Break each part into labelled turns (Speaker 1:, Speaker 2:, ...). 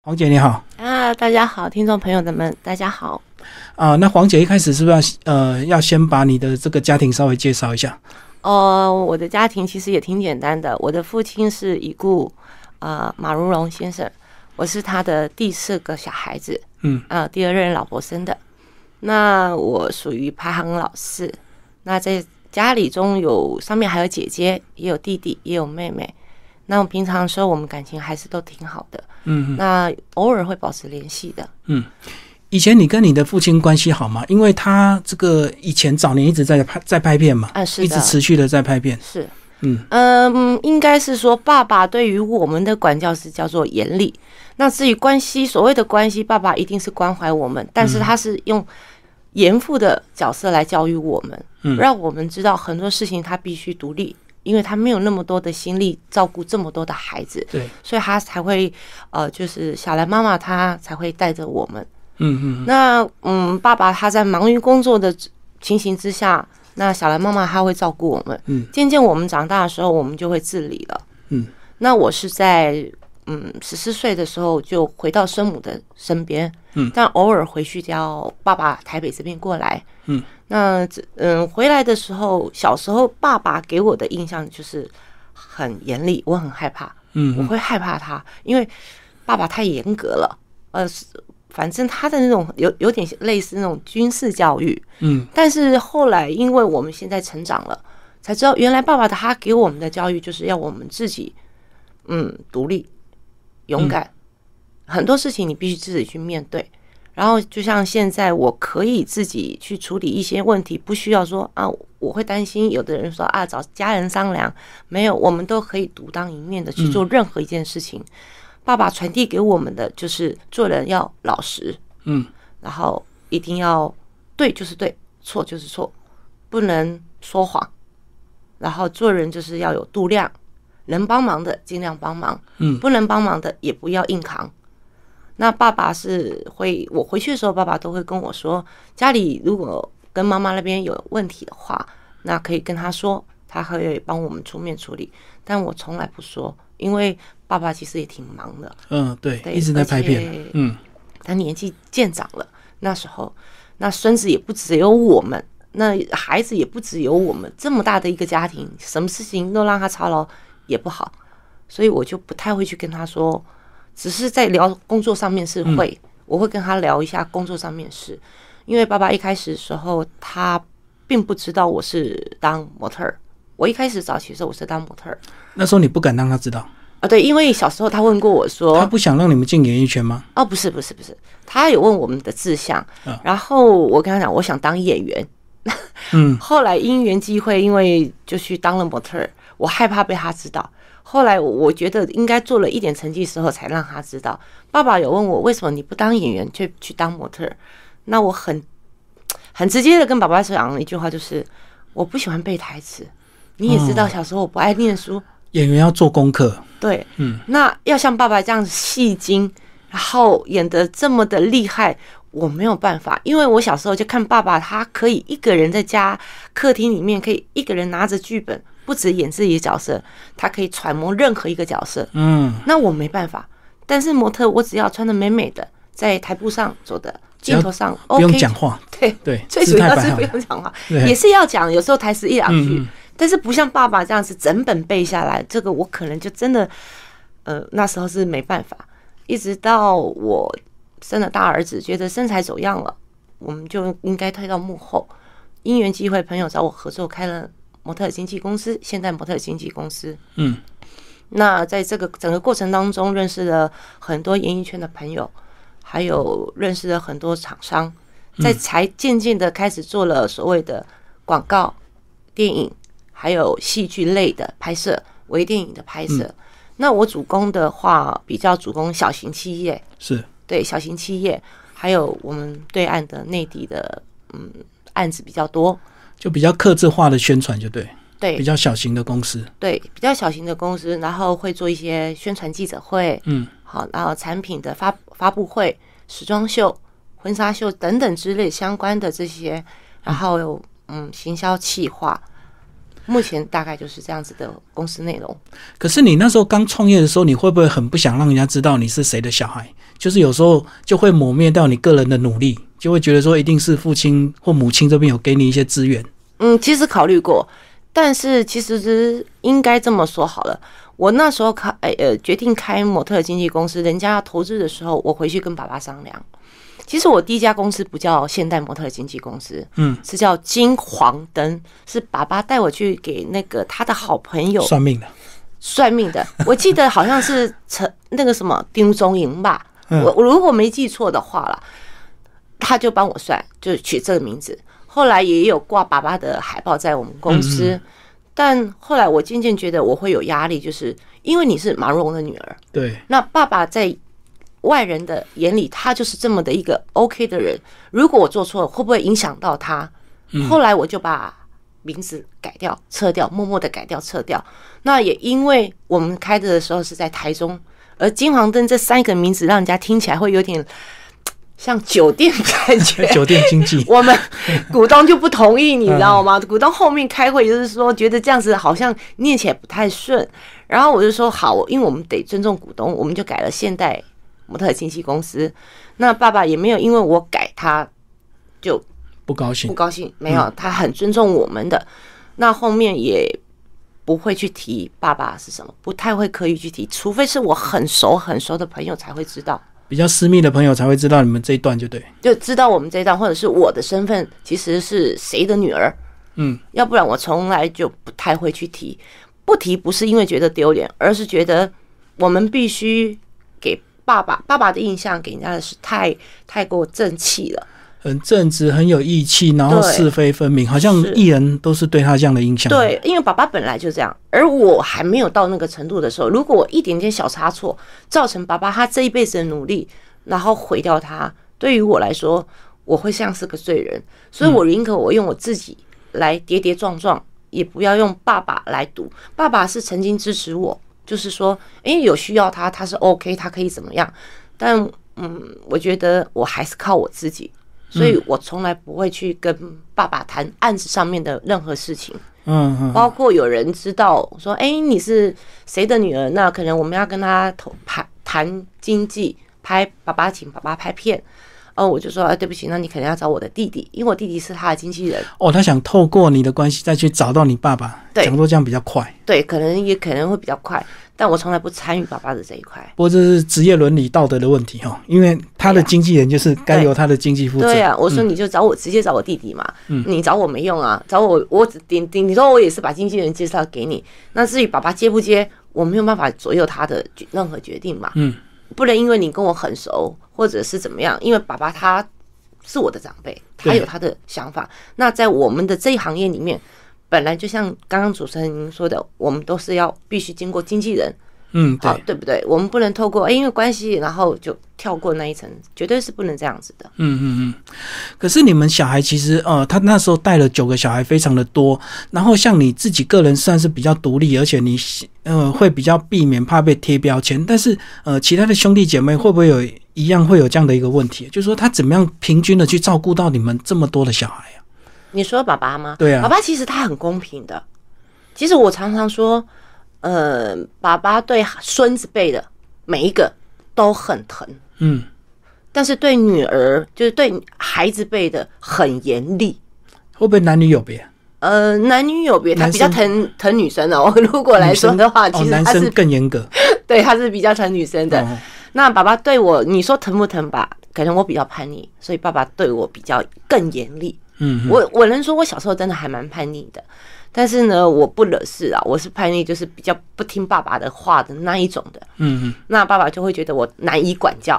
Speaker 1: 黄姐你好
Speaker 2: 啊，大家好，听众朋友们，大家好。
Speaker 1: 啊、那黄姐一开始是不是要呃要先把你的这个家庭稍微介绍一下？
Speaker 2: 呃，我的家庭其实也挺简单的，我的父亲是已故呃马如龙先生，我是他的第四个小孩子，
Speaker 1: 嗯，
Speaker 2: 呃，第二任老婆生的。那我属于排行老四，那在家里中有上面还有姐姐，也有弟弟，也有妹妹。那我平常说我们感情还是都挺好的，
Speaker 1: 嗯，
Speaker 2: 那偶尔会保持联系的。
Speaker 1: 以前你跟你的父亲关系好吗？因为他这个以前早年一直在拍在拍片嘛，
Speaker 2: 啊，是
Speaker 1: 一
Speaker 2: 的，
Speaker 1: 直持续的在拍片，
Speaker 2: 是，
Speaker 1: 嗯
Speaker 2: 嗯，应该是说爸爸对于我们的管教是叫做严厉。那至于关系，所谓的关系，爸爸一定是关怀我们，但是他是用严父的角色来教育我们，
Speaker 1: 嗯
Speaker 2: 让我们知道很多事情他必须独立，因为他没有那么多的心力照顾这么多的孩子，
Speaker 1: 对，
Speaker 2: 所以他才会呃，就是小兰妈妈她才会带着我们。
Speaker 1: 嗯嗯
Speaker 2: 那嗯，爸爸他在忙于工作的情形之下，那小兰妈妈她会照顾我们。
Speaker 1: 嗯，
Speaker 2: 渐渐我们长大的时候，我们就会自理了。
Speaker 1: 嗯，
Speaker 2: 那我是在嗯十四岁的时候就回到生母的身边。
Speaker 1: 嗯，
Speaker 2: 但偶尔回去叫爸爸台北这边过来。
Speaker 1: 嗯，
Speaker 2: 那这嗯回来的时候，小时候爸爸给我的印象就是很严厉，我很害怕。
Speaker 1: 嗯
Speaker 2: 我
Speaker 1: 嗯
Speaker 2: 会害怕他，因为爸爸太严格了。呃，是反正他的那种有有点类似那种军事教育，
Speaker 1: 嗯
Speaker 2: 但是后来因为我们现在成长了，才知道原来爸爸他给我们的教育就是要我们自己，嗯，独立、勇敢，嗯很多事情你必须自己去面对。然后就像现在，我可以自己去处理一些问题，不需要说啊，我会担心。有的人说啊，找家人商量，没有，我们都可以独当一面的去做任何一件事情。爸爸传递给我们的就是做人要老实，
Speaker 1: 嗯，
Speaker 2: 然后一定要对就是对，错就是错，不能说谎。然后做人就是要有度量，能帮忙的尽量帮忙，
Speaker 1: 嗯
Speaker 2: 不能帮忙的也不要硬扛。那爸爸是会，我回去的时候，爸爸都会跟我说，家里如果跟妈妈那边有问题的话，那可以跟他说，他会帮我们出面处理。但我从来不说，因为爸爸其实也挺忙的，
Speaker 1: 嗯，对，
Speaker 2: 对
Speaker 1: 一直在拍片，
Speaker 2: 而且
Speaker 1: 嗯
Speaker 2: 他年纪渐长了，那时候那孙子也不只有我们，那孩子也不只有我们，这么大的一个家庭，什么事情都让他操劳也不好，所以我就不太会去跟他说，只是在聊工作上面是会，
Speaker 1: 嗯
Speaker 2: 我会跟他聊一下工作上面事，因为爸爸一开始的时候他并不知道我是当模特儿，我一开始早期的时候我是当模特儿
Speaker 1: 那时候你不敢让他知道，
Speaker 2: 啊，对，因为小时候他问过我说，
Speaker 1: 他不想让你们进演艺圈吗？
Speaker 2: 哦，不是不是不是，他有问我们的志向，
Speaker 1: 嗯
Speaker 2: 然后我跟他讲我想当演员，
Speaker 1: 嗯
Speaker 2: 后来因缘机会，因为就去当了模特儿，我害怕被他知道。后来我觉得应该做了一点成绩之后才让他知道。爸爸有问我为什么你不当演员却去当模特儿，那我很很直接的跟爸爸讲了一句话，就是我不喜欢背台词。你也
Speaker 1: 哦
Speaker 2: 知道，小时候我不爱念书，
Speaker 1: 演员要做功课，
Speaker 2: 对，
Speaker 1: 嗯，
Speaker 2: 那要像爸爸这样戏精，然后演的这么的厉害，我没有办法，因为我小时候就看爸爸，他可以一个人在家客厅里面，可以一个人拿着剧本，不止演自己的角色，他可以揣摩任何一个角色，
Speaker 1: 嗯，
Speaker 2: 那我没办法。但是模特，我只要穿的美美的，在台步上走的
Speaker 1: 要
Speaker 2: 镜头上
Speaker 1: 不
Speaker 2: ，OK，
Speaker 1: 用讲话，
Speaker 2: 对，
Speaker 1: 对，
Speaker 2: 最
Speaker 1: 姿
Speaker 2: 主
Speaker 1: 态
Speaker 2: 要
Speaker 1: 摆
Speaker 2: 是
Speaker 1: 好
Speaker 2: 不，用讲话，
Speaker 1: 对
Speaker 2: 也是要讲，有时候台词一两句，
Speaker 1: 嗯嗯
Speaker 2: 但是不像爸爸这样子整本背下来，这个我可能就真的，呃，那时候是没办法。一直到我生了大儿子，觉得身材走样了，我们就应该退到幕后。因缘机会，朋友找我合作开了模特儿经纪公司，现代模特儿经纪公司。
Speaker 1: 嗯
Speaker 2: 那在这个整个过程当中，认识了很多演艺圈的朋友，还有认识了很多厂商，在才渐渐的开始做了所谓的广告、电影，还有戏剧类的拍摄、微电影的拍摄。那我主攻的话，比较主攻小型企业，
Speaker 1: 是，
Speaker 2: 对小型企业，还有我们对岸的内地的嗯案子比较多。
Speaker 1: 就比较克制化的宣传，就对，
Speaker 2: 对
Speaker 1: 比较小型的公司，
Speaker 2: 对，比较小型的公司，然后会做一些宣传记者会，
Speaker 1: 嗯，
Speaker 2: 好，然后产品的发发布会、时装秀、婚纱秀等等之类相关的这些，然后有嗯行销企划，目前大概就是这样子的公司内容。
Speaker 1: 可是你那时候刚创业的时候，你会不会很不想让人家知道你是谁的小孩？就是有时候就会抹灭掉你个人的努力，就会觉得说一定是父亲或母亲这边有给你一些资源。
Speaker 2: 嗯，其实考虑过，但是其实应该这么说好了。我那时候开呃决定开模特经纪公司，人家要投资的时候，我回去跟爸爸商量。其实我第一家公司不叫现代模特经纪公司，
Speaker 1: 嗯，
Speaker 2: 是叫金黄灯，是爸爸带我去给那个他的好朋友
Speaker 1: 算命的，
Speaker 2: 算命的。我记得好像是陈那个什么丁中营吧，
Speaker 1: 嗯
Speaker 2: 我我如果没记错的话啦，他就帮我算，就取这个名字。后来也有挂爸爸的海报在我们公司，但后来我渐渐觉得我会有压力，就是因为你是马蓉的女儿，
Speaker 1: 对，。
Speaker 2: 那爸爸在外人的眼里，他就是这么的一个 OK 的人。如果我做错了，会不会影响到他？后来我就把名字改掉、撤掉，默默的改掉、撤掉。那也因为我们开的时候是在台中，而金黄灯这三个名字让人家听起来会有点像酒店的感觉。
Speaker 1: 酒店经济
Speaker 2: 我们股东就不同意，你知道吗？股东后面开会就是说，觉得这样子好像念起来不太顺。然后我就说好，因为我们得尊重股东，我们就改了现代模特经纪公司。那爸爸也没有因为我改他就
Speaker 1: 不高
Speaker 2: 不
Speaker 1: 兴，
Speaker 2: 高兴，没有，他很尊重我们的。那后面也不会去提爸爸是什么，不太会刻意去提，除非是我很熟很熟的朋友才会知道。
Speaker 1: 比较私密的朋友才会知道你们这一段，就对。
Speaker 2: 就知道我们这一段，或者是我的身份其实是谁的女儿。
Speaker 1: 嗯，
Speaker 2: 要不然我从来就不太会去提，不提不是因为觉得丢脸，而是觉得我们必须给爸爸爸爸的印象给人家的是太太过正气了。
Speaker 1: 很正直，很有义气，然后
Speaker 2: 对
Speaker 1: 是非分明，好像
Speaker 2: 是
Speaker 1: 艺人都是对他这样的印象。，
Speaker 2: 对，因为爸爸本来就这样，而我还没有到那个程度的时候，如果我一点点小差错，造成爸爸他这一辈子的努力，然后毁掉他，对于我来说，我会像是个罪人，所以我宁可我用我自己来跌跌撞撞，也不要用爸爸来赌。爸爸是曾经支持我，就是说，诶，有需要他，他是 OK，他可以怎么样，但嗯，我觉得我还是靠我自己。所以我从来不会去跟爸爸谈案子上面的任何事情。
Speaker 1: 嗯嗯，
Speaker 2: 包括有人知道说，哎、你是谁的女儿？那可能我们要跟他投拍谈经济，拍爸爸请爸爸拍片。哦，我就说，啊，对不起，那你可能要找我的弟弟，因为我弟弟是他的经纪人。
Speaker 1: 哦，他想透过你的关系再去找到你爸爸，
Speaker 2: 对
Speaker 1: 讲说这样比较快。
Speaker 2: 对，可能也可能会比较快，但我从来不参与爸爸的这一块。
Speaker 1: 不过这是职业伦理道德的问题哈，因为他的经纪人就是该由他的经纪负责。
Speaker 2: 对啊，我
Speaker 1: 嗯
Speaker 2: 说你就找我、直接找我弟弟嘛，你找我没用啊，找我我只顶顶你说我也是把经纪人介绍给你，那至于爸爸接不接，我没有办法左右他的决任何决定嘛，
Speaker 1: 嗯，
Speaker 2: 不能因为你跟我很熟或者是怎么样，因为爸爸他是我的长辈，他
Speaker 1: 对
Speaker 2: 有他的想法，那在我们的这一行业里面。本来就像刚刚主持人您说的，我们都是要必须经过经纪人，
Speaker 1: 嗯，
Speaker 2: 好
Speaker 1: 对，
Speaker 2: 对不对？我们不能透过哎、因为关系，然后就跳过那一层，绝对是不能这样子的。
Speaker 1: 嗯嗯嗯。可是你们小孩其实呃，他那时候带了九个小孩，非常的多。然后像你自己个人算是比较独立，而且你呃会比较避免怕被贴标签。但是呃，其他的兄弟姐妹会不会有一样会有这样的一个问题？就是说他怎么样平均的去照顾到你们这么多的小孩啊？
Speaker 2: 你说爸爸吗？
Speaker 1: 对啊
Speaker 2: 爸爸其实他很公平的。其实我常常说，呃，爸爸对孙子辈的每一个都很疼，
Speaker 1: 嗯，
Speaker 2: 但是对女儿就是对孩子辈的很严厉。
Speaker 1: 会不会男女有别？
Speaker 2: 呃，男女有别，他
Speaker 1: 男
Speaker 2: 比较
Speaker 1: 生
Speaker 2: 疼疼女生哦。 如果来说的话，
Speaker 1: 哦
Speaker 2: 其，实
Speaker 1: 男
Speaker 2: 他
Speaker 1: 生
Speaker 2: 是、
Speaker 1: 更严格。
Speaker 2: 对他是比较疼女生的。
Speaker 1: 哦
Speaker 2: 那爸爸对我，你说疼不疼吧？可能我比较叛逆，所以爸爸对我比较更严厉。
Speaker 1: 嗯，
Speaker 2: 我我能说，我小时候真的还蛮叛逆的，但是呢，我不惹事啊，我是叛逆，就是比较不听爸爸的话的那一种的。
Speaker 1: 嗯嗯。
Speaker 2: 那爸爸就会觉得我难以管教，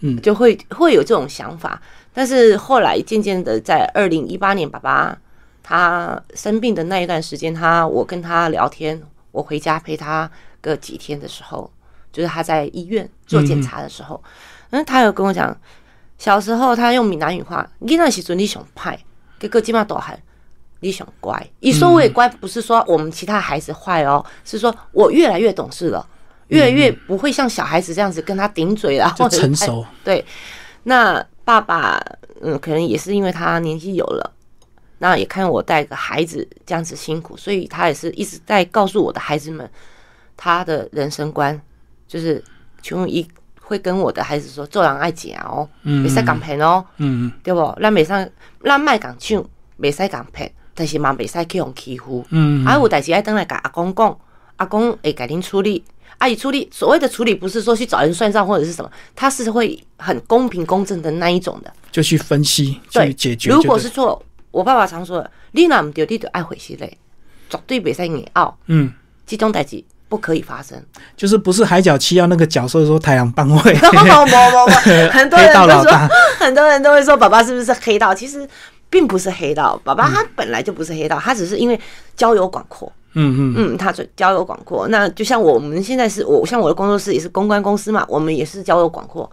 Speaker 1: 嗯
Speaker 2: 就会会有这种想法。但是后来渐渐的，在二零一八年，爸爸他生病的那一段时间，他我跟他聊天，我回家陪他个几天的时候，就是他在医院做检查的时候，嗯，他有跟我讲，小时候他用闽南语话，你那时准你想派，结果今嘛大汉。你想乖，一说我也乖，不是说我们其他孩子坏哦，是说我越来越懂事了，越来越不会像小孩子这样子跟他顶嘴啊，
Speaker 1: 就
Speaker 2: 或者是
Speaker 1: 成熟。
Speaker 2: 对，那爸爸嗯，可能也是因为他年纪有了，那也看我带个孩子这样子辛苦，所以他也是一直在告诉我的孩子们他的人生观，就是琼一会跟我的孩子说：“做人爱讲哦，
Speaker 1: 嗯
Speaker 2: 袂使讲骗哦，
Speaker 1: 嗯
Speaker 2: 对不？咱袂使，咱卖讲抢，袂使讲骗，但是嘛袂使去互欺负。
Speaker 1: 嗯
Speaker 2: 啊，有代志爱等来甲阿公讲，阿公会给您处理。阿姨处理所谓的处理，不是说去找人算账或者是什么，他是会很公平公正的那一种的。
Speaker 1: 就去分析去
Speaker 2: 对
Speaker 1: 解，决就对了。
Speaker 2: 如果是错，我爸爸常说的，你若唔对，你就爱悔惜嘞，绝对袂使硬拗，
Speaker 1: 嗯，
Speaker 2: 这种代志不可以发生。
Speaker 1: 就是不是海角七号那个角色说太阳嗯帮 会，
Speaker 2: 不不不，很多
Speaker 1: 黑
Speaker 2: 人
Speaker 1: 道老
Speaker 2: 都
Speaker 1: 大
Speaker 2: 说，很多人都会说爸爸是不是黑道？其实并不是黑道，爸爸他本来就不是黑道，他只是因为交友广阔。
Speaker 1: 嗯嗯
Speaker 2: 嗯，他就交友广阔。那就像我们现在是我，像我的工作室也是公关公司嘛，我们也是交友广阔，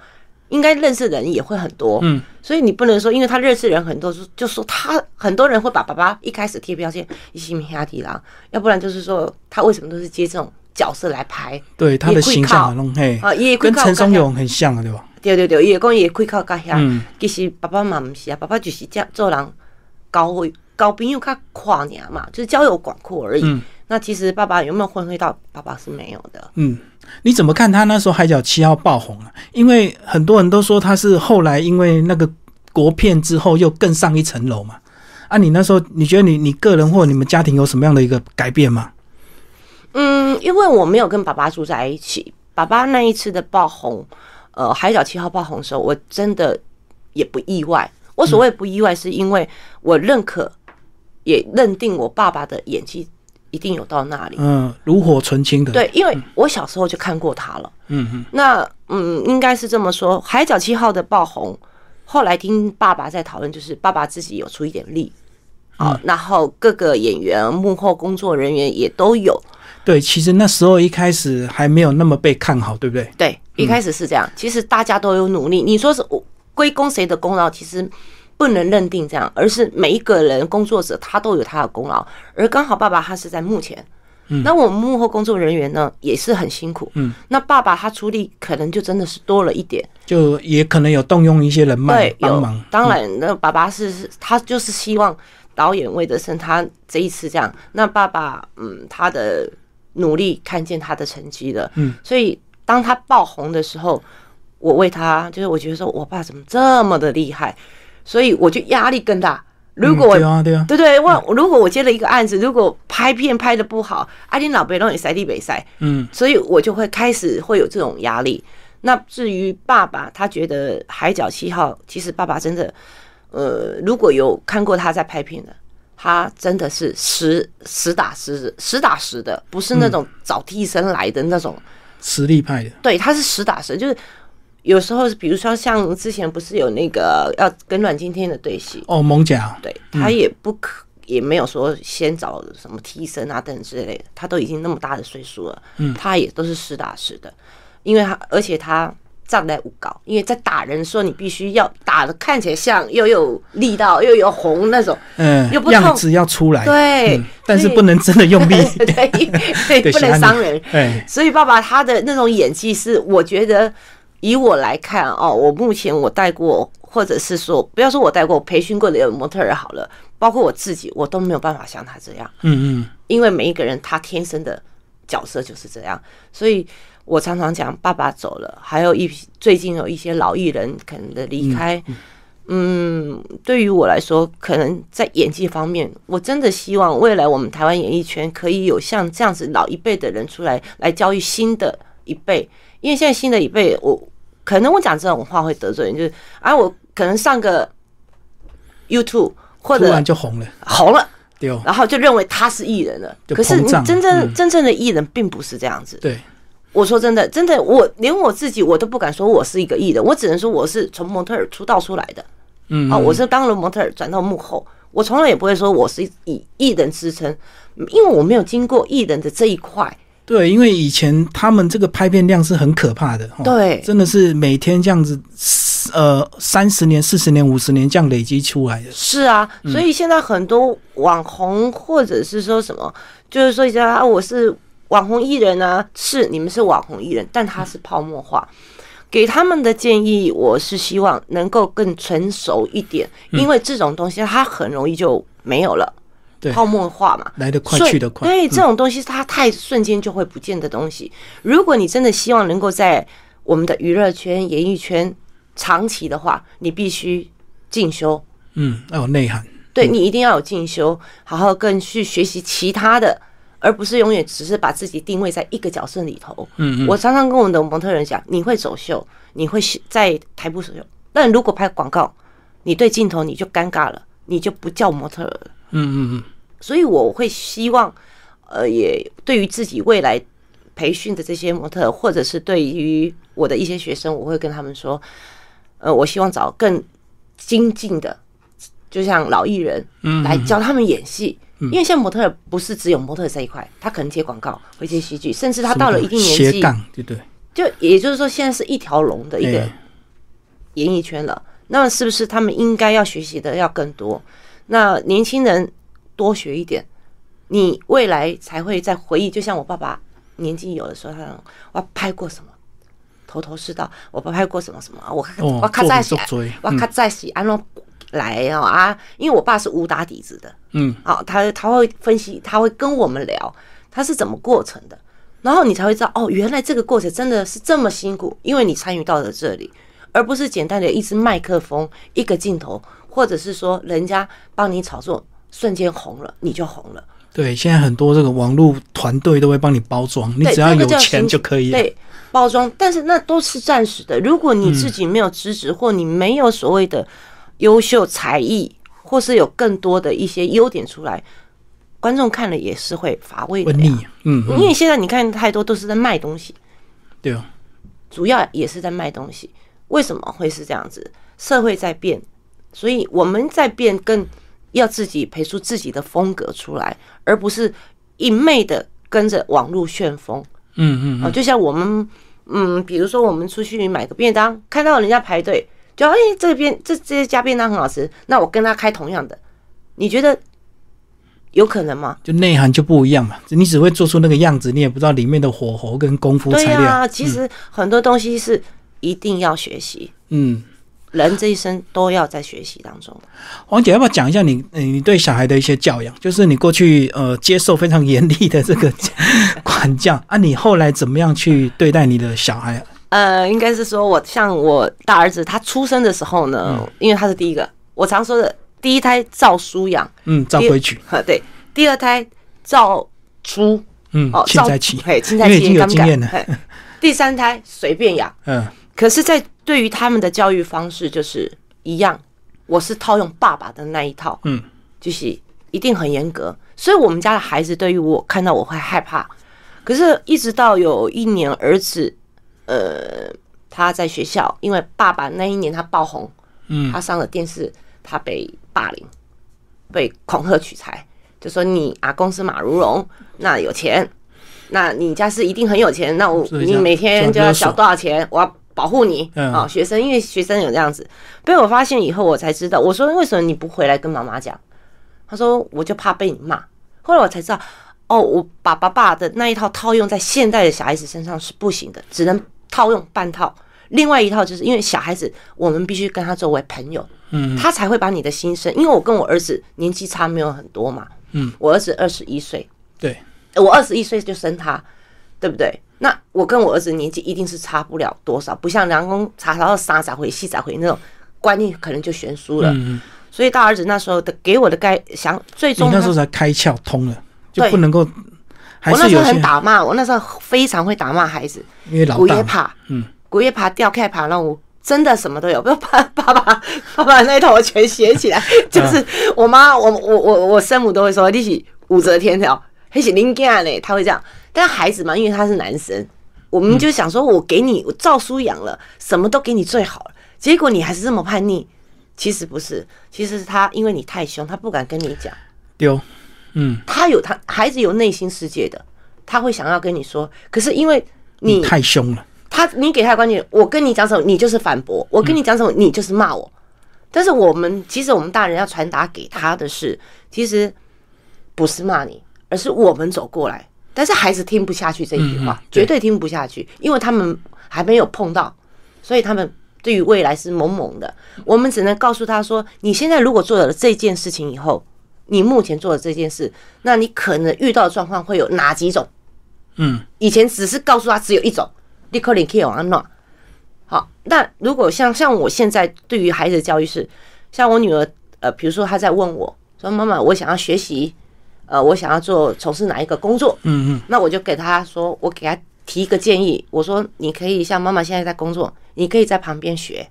Speaker 2: 应该认识的人也会很多。
Speaker 1: 嗯，
Speaker 2: 所以你不能说，因为他认识人很多，就就说他很多人会把爸爸一开始贴标签，一心黑底狼，要不然就是说他为什么都是接这种角色来拍
Speaker 1: 对他的形象很弄嘿，
Speaker 2: 啊？也
Speaker 1: 跟陈松勇很像啊，对吧？
Speaker 2: 对对对，伊会讲伊会开口甲遐，
Speaker 1: 嗯
Speaker 2: 其实爸爸嘛毋是啊，爸爸就是这做人交会交朋友较宽尔嘛，就是交友广阔而已。
Speaker 1: 嗯
Speaker 2: 那其实爸爸有没有混会到？爸爸是没有的。
Speaker 1: 嗯，你怎么看他那时候海角七号爆红啊？因为很多人都说他是后来因为那个国片之后又更上一层楼嘛。啊，你那时候你觉得你你个人或你们家庭有什么样的一个改变吗？
Speaker 2: 嗯，因为我没有跟爸爸住在一起，爸爸那一次的爆红，呃，《海角七号》爆红的时候，我真的也不意外。我所谓不意外，是因为我认可，也认定我爸爸的演技一定有到那里。
Speaker 1: 嗯，炉火纯青的，，
Speaker 2: 对，因为我小时候就看过他了。
Speaker 1: 嗯嗯
Speaker 2: 那嗯，应该是这么说，《海角七号》的爆红，后来听爸爸在讨论，就是爸爸自己有出一点力，好、
Speaker 1: 嗯
Speaker 2: 然后各个演员、幕后工作人员也都有。
Speaker 1: 对，其实那时候一开始还没有那么被看好，对不嗯对？
Speaker 2: 对，一开始是这样，其实大家都有努力。你说是我归功谁的功劳，其实不能认定这样，而是每一个人工作者他都有他的功劳，而刚好爸爸他是在幕前。那我们幕后工作人员呢，也是很辛苦。
Speaker 1: 嗯，
Speaker 2: 那爸爸他出力可能就真的是多了一点，
Speaker 1: 就也可能有动用一些人脉
Speaker 2: 对，
Speaker 1: 帮
Speaker 2: 有
Speaker 1: 忙，，嗯
Speaker 2: 当然，那爸爸是是他就是希望导演魏德胜他这一次这样，那爸爸嗯他的努力看见他的成绩了，
Speaker 1: 嗯，
Speaker 2: 所以当他爆红的时候，我为他就是我觉得说我爸怎么这么的厉害，所以我就压力更大。如
Speaker 1: 嗯
Speaker 2: 果我、
Speaker 1: 对啊对啊，
Speaker 2: 对对，我如果我接了一个案子，如果拍片拍的不好，阿丁老贝弄也塞地北塞，
Speaker 1: 嗯
Speaker 2: 所以我就会开始会有这种压力。那至于爸爸，他觉得《海角七号》，其实爸爸真的，呃，如果有看过他在拍片的，他真的是实实打实的实打实的，不是那种找替身来的那种。
Speaker 1: 实力派的，
Speaker 2: 对，他是实打实，就是有时候，比如说像之前不是有那个要跟阮经天的对戏，
Speaker 1: 哦，蒙甲，
Speaker 2: 对他也不可、也没有说先找什么替身啊等等之类的，他都已经那么大的岁数了，嗯，他也都是实打实的，因为
Speaker 1: 嗯
Speaker 2: 他而且他站在舞高，因为在打人的时候你必须要打的看起来像又有力道又有红那种，
Speaker 1: 嗯
Speaker 2: 又，不
Speaker 1: 样
Speaker 2: 痛
Speaker 1: 子要出来，
Speaker 2: 对，
Speaker 1: 嗯但是
Speaker 2: 所以，
Speaker 1: 不能真的用力
Speaker 2: 对，
Speaker 1: 对
Speaker 2: 对不能
Speaker 1: 喜欢你
Speaker 2: 伤人，
Speaker 1: 哎，
Speaker 2: 所以爸爸他的那种演技是，我觉得以我来看哦，我目前我带过，或者是说不要说我带过，我培训过的模特儿好了，包括我自己，我都没有办法像他这样，
Speaker 1: 嗯嗯，
Speaker 2: 因为每一个人他天生的角色就是这样，所以。我常常讲，爸爸走了，还有一批最近有一些老艺人可能的离开，
Speaker 1: 嗯
Speaker 2: 嗯，对于我来说，可能在演技方面，我真的希望未来我们台湾演艺圈可以有像这样子老一辈的人出来，来教育新的一辈。因为现在新的一辈，我可能我讲这种话会得罪人，就是啊，我可能上个 YouTube 或
Speaker 1: 突
Speaker 2: 者
Speaker 1: 然就红了，
Speaker 2: 红了，
Speaker 1: 对哦，
Speaker 2: 然后就认为他是艺人了。
Speaker 1: 就
Speaker 2: 可是
Speaker 1: 膨
Speaker 2: 你
Speaker 1: 胀
Speaker 2: 真正
Speaker 1: 嗯
Speaker 2: 真正的艺人并不是这样子。
Speaker 1: 对，
Speaker 2: 我说真的，真的，我连我自己我都不敢说我是一个艺人，我只能说我是从模特儿出道出来的。
Speaker 1: 嗯
Speaker 2: 啊，我是当了模特儿转到幕后，我从来也不会说我是以艺人支撑，因为我没有经过艺人的这一块。
Speaker 1: 对，因为以前他们这个拍片量是很可怕的，哦
Speaker 2: 对
Speaker 1: 真的是每天这样子，呃，三十年、四十年、五十年这样累积出来的，
Speaker 2: 是啊，
Speaker 1: 嗯
Speaker 2: 所以现在很多网红或者是说什么，就是说一下啊，我是网红艺人啊，是你们是网红艺人，但他是泡沫化。给他们的建议，
Speaker 1: 嗯
Speaker 2: 我是希望能够更成熟一点，因为这种东西它很容易就没有了
Speaker 1: 对，
Speaker 2: 泡沫化嘛，
Speaker 1: 来得快
Speaker 2: 所以
Speaker 1: 去得快，嗯
Speaker 2: 对，这种东西它太瞬间就会不见的东西。如果你真的希望能够在我们的娱乐圈、演艺圈长期的话，你必须进修，
Speaker 1: 嗯，要有内涵，
Speaker 2: 对你一定要有进修，好好更去学习其他的，而不是永远只是把自己定位在一个角色里头。
Speaker 1: 嗯嗯，
Speaker 2: 我常常跟我的模特人讲，你会走秀，你会秀在台步走秀，但如果拍广告，你对镜头你就尴尬了，你就不叫模特儿了。
Speaker 1: 嗯嗯嗯，
Speaker 2: 所以我会希望，呃，也对于自己未来培训的这些模特，或者是对于我的一些学生，我会跟他们说，呃，我希望找更精进的，就像老艺人，
Speaker 1: 嗯
Speaker 2: 来教他们演戏。因为像模特儿不是只有模特儿这一块，他可能接广告，会接戏剧，甚至他到了一定年
Speaker 1: 斜
Speaker 2: 纪，
Speaker 1: 杠，对对，
Speaker 2: 就也就是说，现在是一条龙的一个
Speaker 1: 哎
Speaker 2: 演艺圈了。那是不是他们应该要学习的要更多？那年轻人多学一点，你未来才会在回忆。就像我爸爸年纪有的时候，他讲我拍过什么，头头是道，我爸拍过什么什么，我看、
Speaker 1: 哦
Speaker 2: 我看在起
Speaker 1: 做不做作业，
Speaker 2: 我看在起，安怎来哦啊？因为我爸是武打底子的，
Speaker 1: 嗯，
Speaker 2: 啊，他他会分析，他会跟我们聊他是怎么过程的，然后你才会知道哦，原来这个过程真的是这么辛苦，因为你参与到了这里，而不是简单的一支麦克风、一个镜头，或者是说人家帮你炒作，瞬间红了你就红了。
Speaker 1: 对，现在很多这个网络团队都会帮你包装，你
Speaker 2: 对，
Speaker 1: 只要
Speaker 2: 这个
Speaker 1: 有
Speaker 2: 叫
Speaker 1: 钱
Speaker 2: 行
Speaker 1: 就可以了，嗯
Speaker 2: 对，包装，但是那都是暂时的。如果你自己没有资质，或你没有所谓的优秀才艺，或是有更多的一些优点出来，观众看了也是会乏味的
Speaker 1: 会
Speaker 2: 呀。
Speaker 1: 腻，嗯，嗯
Speaker 2: 因为现在你看太多都是在卖东西，
Speaker 1: 对哦，
Speaker 2: 主要也是在卖东西。为什么会是这样子？社会在变，所以我们在变，更要自己培出自己的风格出来，而不是一昧的跟着网络旋风。
Speaker 1: 嗯嗯
Speaker 2: 啊，就像我们，嗯，比如说我们出去买个便当，看到人家排队，就哎、这个便这这家便当很好吃，那我跟他开同样的，你觉得有可能吗？
Speaker 1: 就内涵就不一样嘛，你只会做出那个样子，你也不知道里面的火候跟功夫
Speaker 2: 对
Speaker 1: 材
Speaker 2: 呀、
Speaker 1: 料，
Speaker 2: 其实很多东西是一定要学习，
Speaker 1: 嗯。
Speaker 2: 人这一生都要在学习当中。
Speaker 1: 黄姐，要不要讲一下你呃你对小孩的一些教养？就是你过去呃接受非常严厉的这 个管教啊，你后来怎么样去对待你的小孩？
Speaker 2: 呃，应该是说我像我大儿子，他出生的时候呢，
Speaker 1: 嗯
Speaker 2: 因为他是第一个，我常说的第一胎照书养，
Speaker 1: 嗯，照规矩，
Speaker 2: 呵， 对，第二胎照出，
Speaker 1: 嗯
Speaker 2: 哦，，
Speaker 1: 现
Speaker 2: 照
Speaker 1: 在起，
Speaker 2: 嘿，青
Speaker 1: 因
Speaker 2: 菜
Speaker 1: 为已
Speaker 2: 期
Speaker 1: 经有
Speaker 2: 敢不敢
Speaker 1: 经验了
Speaker 2: 嘿第三胎随便养，
Speaker 1: 嗯
Speaker 2: 可是，在对于他们的教育方式就是一样，我是套用爸爸的那一套，
Speaker 1: 嗯，
Speaker 2: 就是一定很严格，所以我们家的孩子对于我看到我会害怕。可是，一直到有一年儿子，呃，他在学校，因为爸爸那一年他爆红，
Speaker 1: 嗯，
Speaker 2: 他上了电视，他被霸凌，被恐吓取财，就说你阿公是马如龙，那有钱，那你家是一定很有钱，那我
Speaker 1: 所以这
Speaker 2: 你
Speaker 1: 样
Speaker 2: 每天
Speaker 1: 就
Speaker 2: 就
Speaker 1: 要勒
Speaker 2: 要
Speaker 1: 索
Speaker 2: 缴多少钱，我要保护你
Speaker 1: 嗯
Speaker 2: 啊、学生，因为学生有这样子，被我发现以后，我才知道，我说为什么你不回来跟妈妈讲？他说我就怕被你骂。后来我才知道，哦，我把爸爸的那一套套用在现代的小孩子身上是不行的，只能套用半套。另外一套就是因为小孩子，我们必须跟他作为朋友，
Speaker 1: 嗯，
Speaker 2: 他才会把你的心声。因为我跟我儿子年纪差没有很多嘛，
Speaker 1: 嗯，
Speaker 2: 我儿子二十一岁，
Speaker 1: 对，
Speaker 2: 我二十一岁就生他，对不对？那我跟我儿子年纪一定是差不了多少，不像梁公查到三咋回细咋回那种观念，可能就悬殊了。
Speaker 1: 嗯，
Speaker 2: 所以大儿子那时候的给我的概想，最
Speaker 1: 你
Speaker 2: 终
Speaker 1: 那
Speaker 2: 他
Speaker 1: 时候才开窍通了，就
Speaker 2: 对
Speaker 1: 不能够，还
Speaker 2: 我那
Speaker 1: 是
Speaker 2: 时
Speaker 1: 有
Speaker 2: 候
Speaker 1: 些
Speaker 2: 很打骂，我那时候非常会打骂孩子，
Speaker 1: 因为老
Speaker 2: 古也
Speaker 1: 大嘛，
Speaker 2: 爬，
Speaker 1: 嗯，
Speaker 2: 古也爬掉开爬让我。真的什么都有， 不爸爸爸爸爸那一套我全写 起来，就是我妈我我我我生母都会说你是武则天的哦，还是林家呢，他会这样。但孩子嘛，因为他是男生，我们就想说我给你我照书养了，什么都给你最好了，结果你还是这么叛逆。其实不是，其实是他因为你太凶，他不敢跟你讲。
Speaker 1: 丢，嗯，
Speaker 2: 他有他孩子有内心世界的，他会想要跟你说，可是因为你
Speaker 1: 太凶了，
Speaker 2: 他你给他的观点，我跟你讲什么，你就是反
Speaker 1: 嗯
Speaker 2: 驳；我跟你讲什么，你就是骂我。但是我们其实我们大人要传达给他的是，其实不是骂你，而是我们走过来。但是孩子听不下去这一句话，
Speaker 1: 嗯嗯对
Speaker 2: 绝对听不下去，因为他们还没有碰到，所以他们对于未来是懵懵的。我们只能告诉他说：你现在如果做了这件事情以后，你目前做的这件事，那你可能遇到的状况会有哪几种？
Speaker 1: 嗯，
Speaker 2: 以前只是告诉他只有一种，立刻你可以往安暖。好，那如果像像我现在对于孩子的教育是，像我女儿，呃，比如说她在问我说：“妈妈，我想要学习，呃，我想要做从事哪一个工作？”
Speaker 1: 嗯嗯
Speaker 2: 那我就给他说，我给他提一个建议，我说你可以像妈妈现在在工作，你可以在旁边学，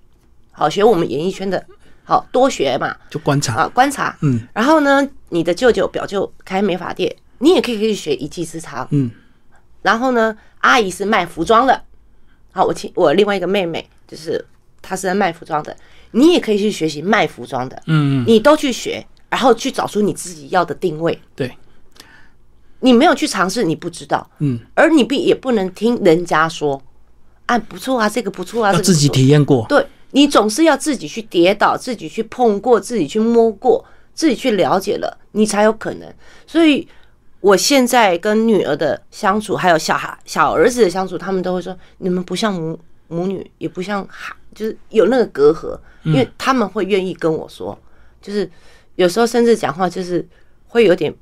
Speaker 2: 好学我们演艺圈的，好多学嘛，
Speaker 1: 就观察，
Speaker 2: 啊观察，
Speaker 1: 嗯
Speaker 2: 然后呢，你的舅舅表舅开美发店，你也可以去学一技之长，
Speaker 1: 嗯
Speaker 2: 然后呢，阿姨是卖服装的，好，我亲我另外一个妹妹就是她是在卖服装的，你也可以去学习卖服装的，
Speaker 1: 嗯嗯，
Speaker 2: 你都去学，然后去找出你自己要的定位，
Speaker 1: 对，
Speaker 2: 你没有去尝试，你不知道，
Speaker 1: 嗯，
Speaker 2: 而你并也不能听人家说，啊，不错啊，这个不错啊，
Speaker 1: 要
Speaker 2: 这个不
Speaker 1: 自己
Speaker 2: 错，
Speaker 1: 体验过，
Speaker 2: 对你总是要自己去跌倒，自己去碰过，自己去摸过，自己去了解了，你才有可能。所以我现在跟女儿的相处，还有小孩、小儿子的相处，他们都会说，你们不像母母女，也不像孩，就是有那个隔阂，
Speaker 1: 嗯
Speaker 2: 因为他们会愿意跟我说，就是有时候甚至讲话就是会有点。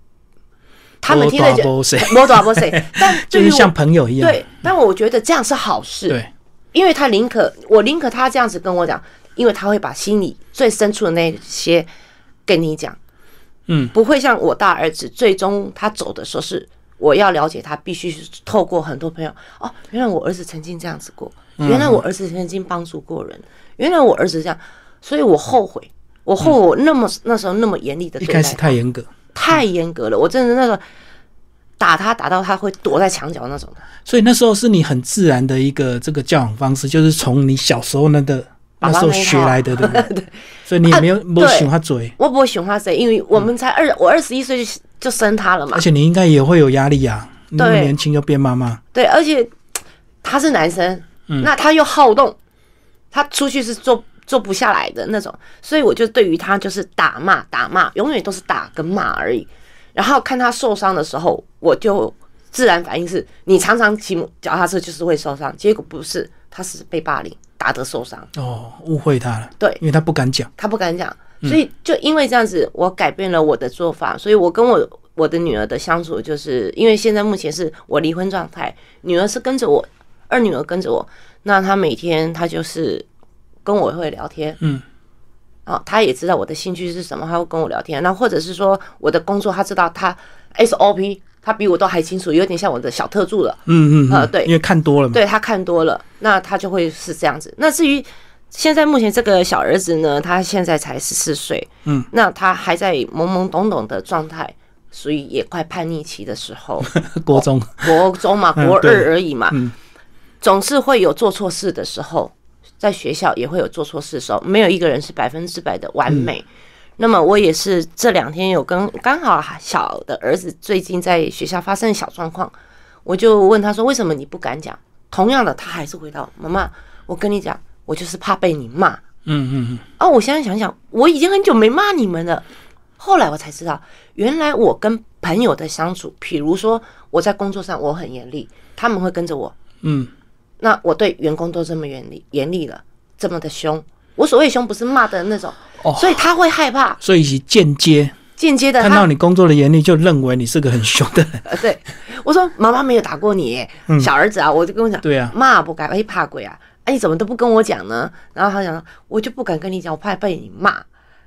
Speaker 2: 他们听得见，
Speaker 1: 没大没小
Speaker 2: 没大没 小但
Speaker 1: 就
Speaker 2: 对于
Speaker 1: 是
Speaker 2: 我
Speaker 1: 像朋友一样，
Speaker 2: 对，但我觉得这样是好事，
Speaker 1: 对，
Speaker 2: 因为他宁可我宁可他这样子跟我讲，因为他会把心里最深处的那些跟你讲，
Speaker 1: 嗯，
Speaker 2: 不会像我大儿子，最终他走的时候是我要了解他，必须是透过很多朋友哦，原来我儿子曾经这样子过，
Speaker 1: 嗯
Speaker 2: 原来我儿子曾经帮助过人，原来我儿子这样，所以我后悔，我后悔我那么、那时候那么严厉的
Speaker 1: 一
Speaker 2: 对
Speaker 1: 开
Speaker 2: 待
Speaker 1: 始
Speaker 2: 他，
Speaker 1: 太严格，
Speaker 2: 太严格了，我真的那时候打他打到他会躲在墙角那种。
Speaker 1: 所以那时候是你很自然的一个这个教养方式，就是从你小时候那的
Speaker 2: 爸
Speaker 1: 那
Speaker 2: 爸
Speaker 1: 时候
Speaker 2: 那一
Speaker 1: 学
Speaker 2: 套啊
Speaker 1: 来的，对不 对？所以你也没有没有
Speaker 2: 对
Speaker 1: 喜欢嘴，
Speaker 2: 我不会喜欢谁，因为我们才二，我二十一岁就就生他了嘛
Speaker 1: 嗯而。且你应该也会有压力呀，你那么
Speaker 2: 对
Speaker 1: 年轻就变妈妈，
Speaker 2: 对，而且他是男生，
Speaker 1: 嗯
Speaker 2: 那他又好动，他出去是坐坐不下来的那种，所以我就对于他就是打骂打骂，永远都是打跟骂而已。然后看他受伤的时候，我就自然反应是，你常常骑脚踏车就是会受伤，结果不是，他是被霸凌打得受伤。
Speaker 1: 哦，误会他了，
Speaker 2: 对
Speaker 1: 因为他不敢讲，
Speaker 2: 他不敢讲，
Speaker 1: 嗯
Speaker 2: 所以就因为这样子，我改变了我的做法，所以我跟我我的女儿的相处，就是因为现在目前是我离婚状态，女儿是跟着我，二女儿跟着我，那她每天她就是跟我会聊天，
Speaker 1: 嗯，
Speaker 2: 啊，她也知道我的兴趣是什么，她会跟我聊天，那或者是说我的工作，她知道她 SOP，她比我都还清楚，有点像我的小特助了。
Speaker 1: 嗯嗯
Speaker 2: 呃
Speaker 1: 嗯
Speaker 2: 对
Speaker 1: 因为看多了嘛，
Speaker 2: 对他看多了，那他就会是这样子。那至于现在目前这个小儿子呢，他现在才十四岁，
Speaker 1: 嗯，
Speaker 2: 那他还在懵懵懂懂的状态，属于也快叛逆期的时候，
Speaker 1: 国中，
Speaker 2: 国中嘛，
Speaker 1: 嗯
Speaker 2: 国
Speaker 1: 对
Speaker 2: 二而已嘛，
Speaker 1: 嗯
Speaker 2: 总是会有做错事的时候，在学校也会有做错事的时候，没有一个人是百分之百的完美。
Speaker 1: 嗯
Speaker 2: 那么我也是这两天有跟刚好小的儿子最近在学校发生小状况，我就问他说：“为什么你不敢讲？”同样的，他还是回答我：“妈妈，我跟你讲，我就是怕被你骂。”
Speaker 1: 嗯嗯嗯，
Speaker 2: 哦，我现在想想，我已经很久没骂你们了。后来我才知道，原来我跟朋友的相处，比如说我在工作上我很严厉，他们会跟着我。
Speaker 1: 嗯，
Speaker 2: 那我对员工都这么严厉，严厉了，这么的凶。我所谓凶不是骂的那种，
Speaker 1: 哦
Speaker 2: 所以他会害怕，
Speaker 1: 所以是间接
Speaker 2: 间接的
Speaker 1: 看到
Speaker 2: 他
Speaker 1: 你工作的严厉，就认为你是个很凶的人，
Speaker 2: 呃对我说妈妈没有打过你耶，
Speaker 1: 嗯
Speaker 2: 小儿子啊，我就跟我讲，
Speaker 1: 对啊
Speaker 2: 骂不该，哎怕鬼啊，哎你怎么都不跟我讲呢？然后他讲，我就不敢跟你讲，我怕被你骂，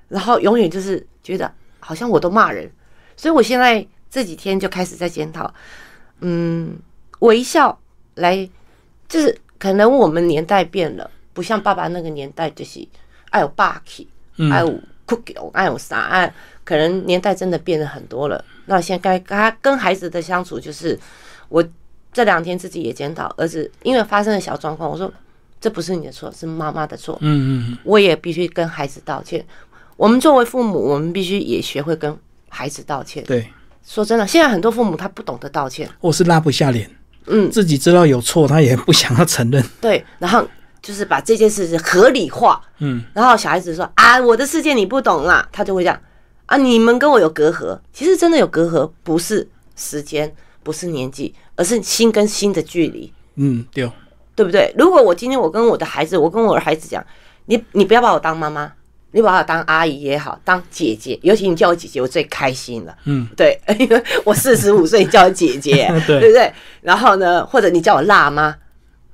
Speaker 2: 然后永远就是觉得好像我都骂人，所以我现在这几天就开始在检讨，嗯，微笑来，就是可能我们年代变了，不像爸爸那个年代，就是爱有霸气，爱有酷狗，爱有啥爱，可能年代真的变了很多了。那现在跟他跟孩子的相处，就是我这两天自己也检讨，儿子因为发生了小状况，我说这不是你的错，是妈妈的错，
Speaker 1: 嗯嗯嗯，
Speaker 2: 我也必须跟孩子道歉。我们作为父母，我们必须也学会跟孩子道歉。
Speaker 1: 对，
Speaker 2: 说真的，现在很多父母他不懂得道歉，
Speaker 1: 或是拉不下脸，
Speaker 2: 嗯，
Speaker 1: 自己知道有错，他也不想要承认，
Speaker 2: 对，然后就是把这件事情合理化，
Speaker 1: 嗯，
Speaker 2: 然后小孩子说啊，我的世界你不懂啦，他就会讲啊，你们跟我有隔阂，其实真的有隔阂，不是时间，不是年纪，而是心跟心的距离，
Speaker 1: 嗯，对哦，
Speaker 2: 对不对？如果我今天我跟我的孩子，我跟我的孩子讲，你你不要把我当妈妈，你把我当阿姨也好，当姐姐，尤其你叫我姐姐，我最开心了。
Speaker 1: 嗯，，
Speaker 2: 对， 因为我四十五岁，你叫我姐姐
Speaker 1: 对
Speaker 2: 对不对？然后呢，或者你叫我辣妈，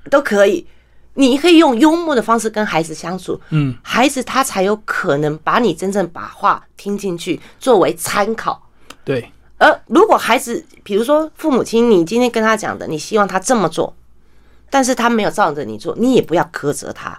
Speaker 2: 都可以。你可以用幽默的方式跟孩子相处，
Speaker 1: 嗯，
Speaker 2: 孩子他才有可能把你真正把话听进去，作为参考。
Speaker 1: 对，
Speaker 2: 而如果孩子，比如说父母亲，你今天跟他讲的，你希望他这么做，但是他没有照着你做，你也不要苛责他，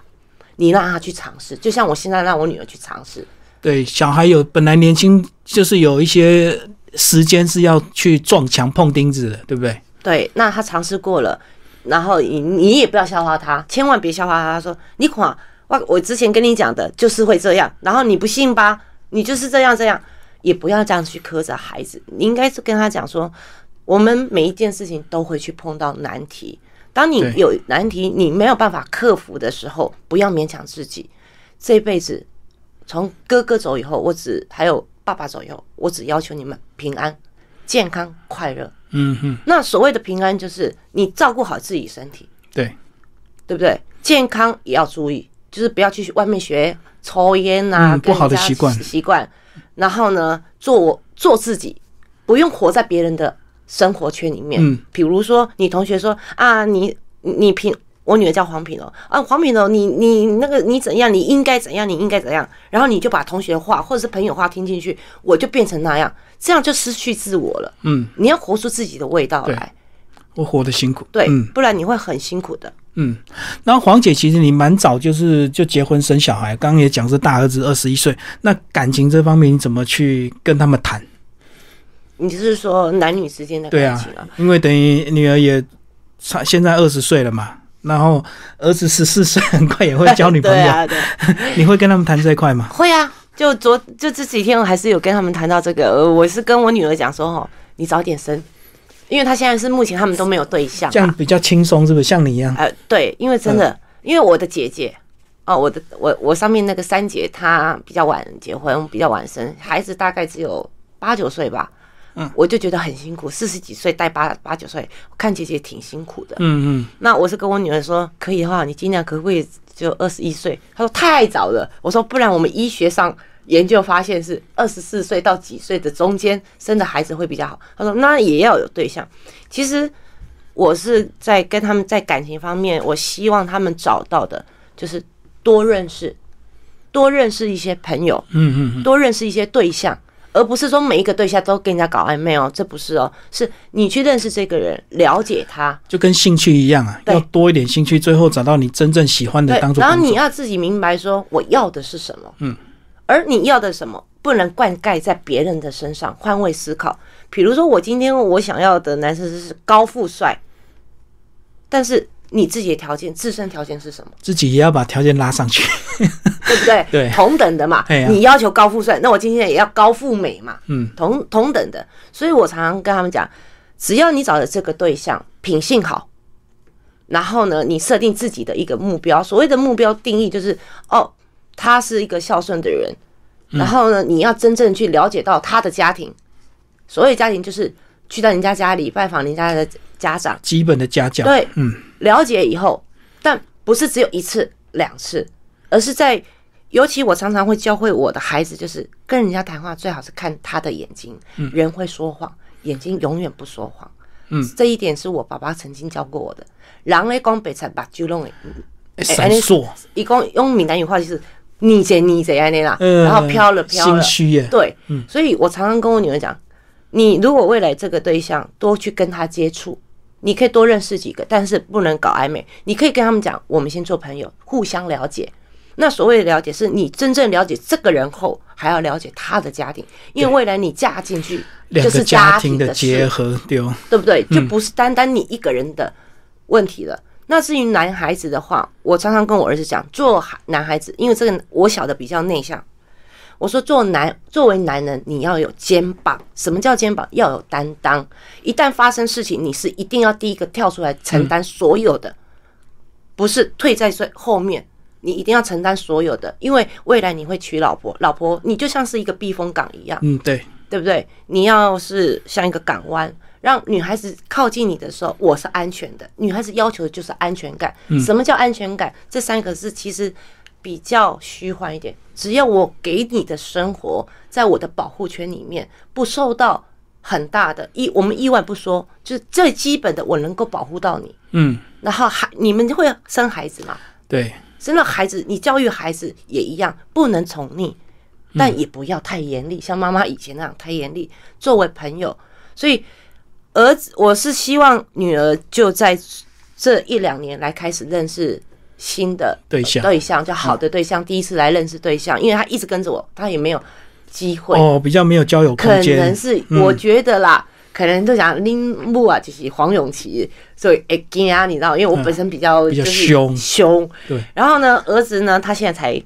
Speaker 2: 你让他去尝试。就像我现在让我女儿去尝试，
Speaker 1: 对，小孩有本来年轻就是有一些时间是要去撞墙碰钉子的，对不对？
Speaker 2: 对，那他尝试过了，然后你你也不要笑话他，千万别笑话他。他说你垮，我我之前跟你讲的就是会这样，然后你不信吧？你就是这样这样，也不要这样去苛责孩子。你应该是跟他讲说，我们每一件事情都会去碰到难题。当你
Speaker 1: 对
Speaker 2: 有难题，你没有办法克服的时候，不要勉强自己。这辈子从哥哥走以后，我只还有爸爸走以后，我只要求你们平安、健康、快乐。
Speaker 1: 嗯哼，
Speaker 2: 那所谓的平安，就是你照顾好自己身体，
Speaker 1: 对，
Speaker 2: 对不对？健康也要注意，就是不要去外面学抽烟啊，
Speaker 1: 嗯
Speaker 2: 跟
Speaker 1: 不
Speaker 2: 人家
Speaker 1: 好的习惯
Speaker 2: 习惯。然后呢，做我做自己，不用活在别人的生活圈里面。
Speaker 1: 嗯，
Speaker 2: 比如说你同学说啊，你你品，我女儿叫黄品哦，啊，黄品哦，你你那个你怎样，你应该怎样，你应该怎样，然后你就把同学的话或者是朋友话听进去，我就变成那样，这样就失去自我了。
Speaker 1: 嗯，
Speaker 2: 你要活出自己的味道
Speaker 1: 对
Speaker 2: 来。
Speaker 1: 我活得辛苦。
Speaker 2: 对，
Speaker 1: 嗯
Speaker 2: 不然你会很辛苦的。
Speaker 1: 嗯。然后黄姐其实你蛮早就是就结婚生小孩，刚刚也讲是大儿子二十一岁，那感情这方面你怎么去跟他们谈？
Speaker 2: 你就是说男女之间的
Speaker 1: 对
Speaker 2: 感
Speaker 1: 啊
Speaker 2: 情啊？，
Speaker 1: 因为等于女儿也差现在二十岁了嘛，然后儿子十四岁，很快也会交女朋
Speaker 2: 对
Speaker 1: 友，
Speaker 2: 啊，对，
Speaker 1: 你会跟他们谈这一块吗？
Speaker 2: 会啊。就昨就这几天，我还是有跟他们谈到这个。呃我是跟我女儿讲说，哦，你早点生，因为她现在是目前他们都没有对象、
Speaker 1: 这样嗯
Speaker 2: 啊。
Speaker 1: 比较轻松，是不是？像你一样，
Speaker 2: 呃，对，因为真的，因为我的姐姐，哦，我的我我上面那个三姐，她比较晚结婚，比较晚生，孩子大概只有八九岁吧。
Speaker 1: 嗯，
Speaker 2: 我就觉得很辛苦，四十几岁带八八九岁，我看姐姐挺辛苦的。
Speaker 1: 嗯嗯，
Speaker 2: 那我是跟我女儿说，可以的话，你尽量可不可以就二十一岁？她说太早了。我说不然我们医学上研究发现是二十四岁到几岁的中间生的孩子会比较好。她说那也要有对象。其实我是在跟他们在感情方面，我希望他们找到的就是多认识，多认识一些朋友，
Speaker 1: 嗯嗯嗯，
Speaker 2: 多认识一些对象，而不是说每一个对象都跟人家搞暧昧哦，这不是哦，是你去认识这个人，了解他。
Speaker 1: 就跟兴趣一样啊，
Speaker 2: 对
Speaker 1: 要多一点兴趣，最后找到你真正喜欢的
Speaker 2: 对，
Speaker 1: 当做
Speaker 2: 然后
Speaker 1: 工
Speaker 2: 你
Speaker 1: 作。
Speaker 2: 要自己明白说我要的是什么，
Speaker 1: 嗯，
Speaker 2: 而你要的什么不能灌溉在别人的身上，换位思考。比如说，我今天我想要的男生是高富帅，但是你自己的条件、自身条件是什么，
Speaker 1: 自己也要把条件拉上去。
Speaker 2: 对不对？
Speaker 1: 对
Speaker 2: 同等的嘛
Speaker 1: 哎呀。
Speaker 2: 你要求高富帅，那我今天也要高富美嘛，
Speaker 1: 嗯，
Speaker 2: 同同等的。所以我常常跟他们讲，只要你找的这个对象品性好，然后呢，你设定自己的一个目标，所谓的目标定义就是哦，他是一个孝顺的人，
Speaker 1: 嗯
Speaker 2: 然后呢，你要真正去了解到他的家庭，所谓家庭就是去到人家家里拜访人家的家长，
Speaker 1: 基本的家教。
Speaker 2: 对
Speaker 1: 嗯，
Speaker 2: 了解以后，但不是只有一次两次，而是在尤其我常常会教会我的孩子，就是跟人家谈话最好是看他的眼睛，人会说谎，眼睛永远不说谎。
Speaker 1: 嗯，
Speaker 2: 这一点是我爸爸曾经教过我的。人咧讲白贼，目睭拢会，
Speaker 1: 哎闪烁，
Speaker 2: 伊讲用闽南语话就是你者你者安尼啦，
Speaker 1: 呃，
Speaker 2: 然后飘了飘
Speaker 1: 心，
Speaker 2: 了
Speaker 1: 虚耶。
Speaker 2: 对，
Speaker 1: 嗯
Speaker 2: 所以我常常跟我女儿讲，你如果未来这个对象多去跟他接触，你可以多认识几个，但是不能搞暧昧。你可以跟他们讲，我们先做朋友，互相了解。那所谓的了解，是你真正了解这个人后，还要了解他的家庭，因为未来你嫁进去
Speaker 1: 两
Speaker 2: 就
Speaker 1: 个
Speaker 2: 是
Speaker 1: 家
Speaker 2: 庭
Speaker 1: 庭的
Speaker 2: 事
Speaker 1: 结合，对哦，
Speaker 2: 对不对？就不是单单你一个人的问题了。那至于男孩子的话，我常常跟我儿子讲，做男孩子，因为这个我小的比较内向，我说做男作为男人，你要有肩膀。什么叫肩膀？要有担当。一旦发生事情，你是一定要第一个跳出来承担所有的，不是退在最后面。你一定要承担所有的，因为未来你会娶老婆，老婆你就像是一个避风港一样。
Speaker 1: 嗯，对，
Speaker 2: 对不对？你要是像一个港湾，让女孩子靠近你的时候，我是安全的。女孩子要求的就是安全感。什么叫安全感？这三个字其实比较虚幻一点。只要我给你的生活在我的保护圈里面，不受到很大的意，我们意外不说，就是最基本的，我能够保护到你。
Speaker 1: 嗯，
Speaker 2: 然后孩，你们会生孩子吗？
Speaker 1: 对，
Speaker 2: 生了孩子，你教育孩子也一样，不能宠溺，
Speaker 1: 嗯
Speaker 2: 但也不要太严厉，像妈妈以前那样太严厉。作为朋友，所以儿子，我是希望女儿就在这一两年来开始认识新的
Speaker 1: 对象
Speaker 2: 对象就好的对象，第一次来认识对象，因为她一直跟着我，她也没有机会。
Speaker 1: 哦，比较没有交友
Speaker 2: 可
Speaker 1: 空
Speaker 2: 能
Speaker 1: 间，嗯
Speaker 2: 是、我觉得啦，可能就想拎木啊，就是黄永琪，所以哎惊啊，你知道，因为我本身比较、
Speaker 1: 嗯比较
Speaker 2: 就是
Speaker 1: 凶
Speaker 2: 凶，
Speaker 1: 对。
Speaker 2: 然后呢，儿子呢，他现在才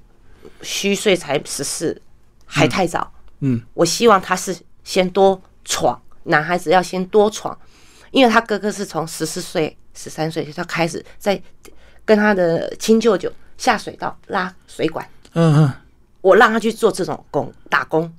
Speaker 2: 虚岁才十四，还太早。
Speaker 1: 嗯，
Speaker 2: 我希望他是先多闯，男孩子要先多闯，因为他哥哥是从十四岁、十三岁他开始在跟他的亲舅舅下水道拉水管，
Speaker 1: 嗯嗯
Speaker 2: 我让他去做这种工打工，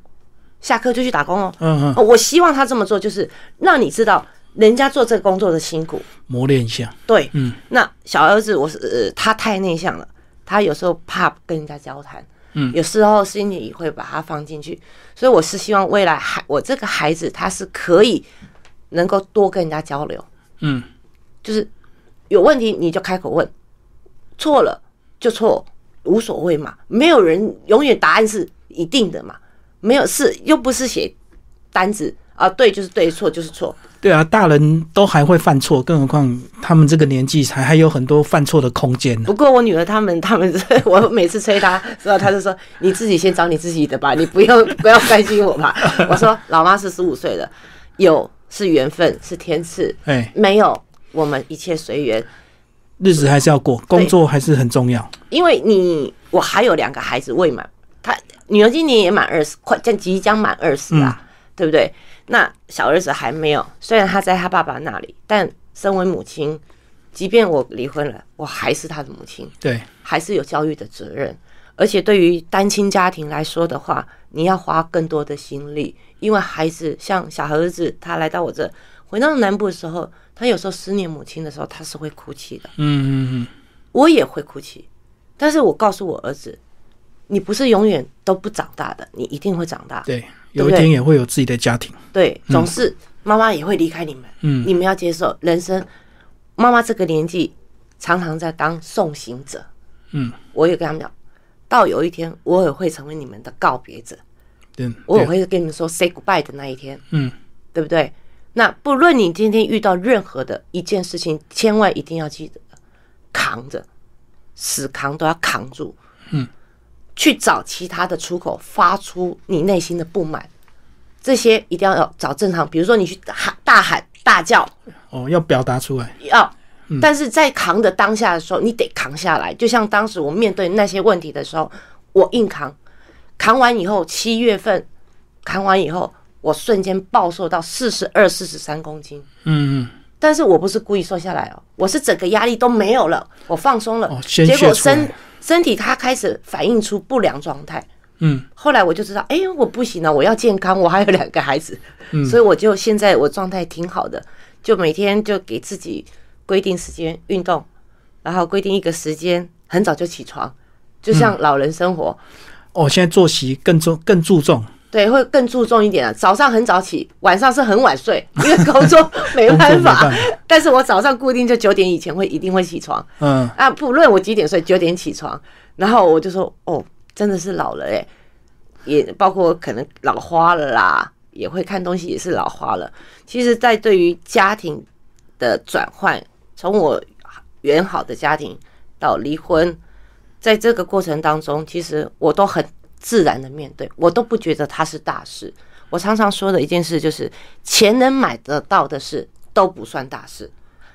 Speaker 2: 下课就去打工哦。
Speaker 1: 嗯嗯，
Speaker 2: 哦我希望他这么做，就是让你知道人家做这个工作的辛苦。
Speaker 1: 磨练一下，
Speaker 2: 对，嗯，那小儿子我是、呃、他太内向了，他有时候怕跟人家交谈，嗯，有时候心里会把他放进去，所以我是希望未来孩我这个孩子他是可以能够多跟人家交流，
Speaker 1: 嗯，
Speaker 2: 就是有问题你就开口问，错了就错，无所谓嘛，没有人永远答案是一定的嘛，没有是又不是写单子啊，对就是对，错就是错，
Speaker 1: 对啊，大人都还会犯错，更何况他们这个年纪才还有很多犯错的空间呢。
Speaker 2: 不过我女儿他们 他们，我每次催她，之后她就说：“你自己先找你自己的吧，你不要 不要关心我吧。”我说：“老妈四十五岁了，有是缘分是天赐，
Speaker 1: 哎，
Speaker 2: 没有我们一切随缘。
Speaker 1: 日子还是要过，工作还是很重要。
Speaker 2: 因为你我还有两个孩子未满，她女儿今年也满二十，快将即将满二十啦，对不对？那小儿子还没有，虽然他在他爸爸那里，但身为母亲，即便我离婚了，我还是他的母亲。”
Speaker 1: 对，
Speaker 2: 还是有教育的责任。而且对于单亲家庭来说的话，你要花更多的心力，因为孩子像小儿子，他来到我这，回到南部的时候，他有时候思念母亲的时候，他是会哭泣的，
Speaker 1: 嗯嗯
Speaker 2: 我也会哭泣。但是我告诉我儿子，你不是永远都不长大的，你一定会长大
Speaker 1: 嗯，。对，有一天也会有自己的家庭。
Speaker 2: 对，总是妈妈也会离开你们，
Speaker 1: 嗯
Speaker 2: 你们要接受人生。妈妈这个年纪常常在当送行者，
Speaker 1: 嗯，
Speaker 2: 我也跟他们讲，到有一天我也会成为你们的告别者，
Speaker 1: 对，
Speaker 2: 我也
Speaker 1: 嗯对
Speaker 2: 会跟你们说 say goodbye 的那一天，
Speaker 1: 嗯，
Speaker 2: 对不对？那不论你今天遇到任何的一件事情，千万一定要记得扛着，死扛都要扛住，嗯，去找其他的出口，发出你内心的不满，这些一定要找正常，比如说你去喊大喊大叫，
Speaker 1: 哦，要表达出来。
Speaker 2: 要，啊但是在扛的当下的时候，你得扛下来。就像当时我面对那些问题的时候，我硬扛，扛完以后，七月份扛完以后，我瞬间暴瘦到四十二、四十三公斤。
Speaker 1: 嗯嗯，
Speaker 2: 但是我不是故意瘦下来哦，我是整个压力都没有了，我放松了，
Speaker 1: 哦宣泄
Speaker 2: 结果
Speaker 1: 出来
Speaker 2: 身身体它开始反映出不良状态。
Speaker 1: 嗯，
Speaker 2: 后来我就知道，哎、我不行了，我要健康，我还有两个孩子，
Speaker 1: 嗯
Speaker 2: 所以我就现在我状态挺好的，就每天就给自己规定时间运动，然后规定一个时间很早就起床，就
Speaker 1: 嗯
Speaker 2: 像老人生活，
Speaker 1: 哦，现在作息更重更注重，
Speaker 2: 对，会更注重一点啊。早上很早起，晚上是很晚睡，因为工作 没办法。
Speaker 1: 工作没办
Speaker 2: 但是我早上固定就九点以前会一定会起床
Speaker 1: 嗯，
Speaker 2: 啊，不论我几点睡，九点起床。然后我就说，哦，真的是老了哎、也包括可能老花了啦，也会看东西也是老花了。其实，在对于家庭的转换，从我原好的家庭到离婚，在这个过程当中，其实我都很自然的面对，我都不觉得它是大事。我常常说的一件事就是，钱能买得到的事都不算大事。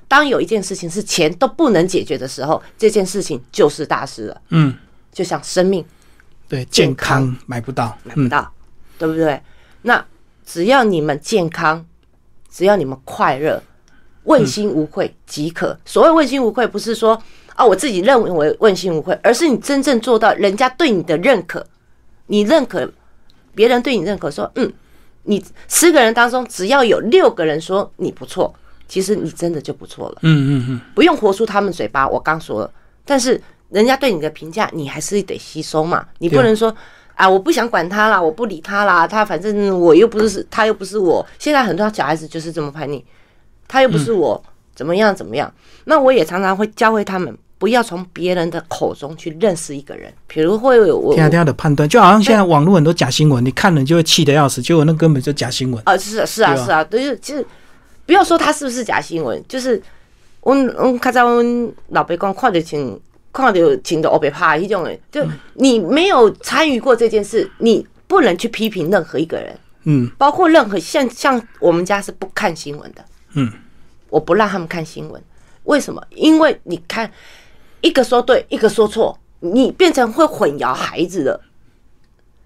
Speaker 2: 当有一件事情是钱都不能解决的时候，这件事情就是大事了。
Speaker 1: 嗯，
Speaker 2: 就像生命
Speaker 1: 对，健康买不到，
Speaker 2: 买不
Speaker 1: 嗯，
Speaker 2: 到，对不对？那只要你们健康，只要你们快乐，问心无愧即可。
Speaker 1: 嗯
Speaker 2: 所谓问心无愧，不是说啊我自己认为问心无愧，而是你真正做到人家对你的认可，你认可别人对你认可说，嗯，你十个人当中只要有六个人说你不错，其实你真的就不错了。
Speaker 1: 嗯嗯嗯，
Speaker 2: 不用活出他们嘴巴，我刚说了，但是人家对你的评价，你还是得吸收嘛，你不
Speaker 1: 对
Speaker 2: 能说。啊，我不想管他啦，我不理他啦，他反正我又不是他又不是我。现在很多小孩子就是这么叛逆，他又不是我，怎么样怎么样？那我也常常会教会他们，不要从别人的口中去认识一个人。比如会有我
Speaker 1: 天啊天啊的判断，就好像现在网络很多假新闻，你看了就会气得要死，结果那根本就假新闻。
Speaker 2: 啊，是啊，是啊，
Speaker 1: 对啊
Speaker 2: 是啊，就是就是，不要说它是不是假新闻，就是我我较早阮老爸讲，看着穿看着穿着黑白拍迄种的，
Speaker 1: 嗯
Speaker 2: 就你没有参与过这件事，你不能去批评任何一个人，
Speaker 1: 嗯
Speaker 2: 包括任何像像我们家是不看新闻的，
Speaker 1: 嗯，
Speaker 2: 我不让他们看新闻，为什么？因为你看一个说对，一个说错，你变成会混淆孩子的。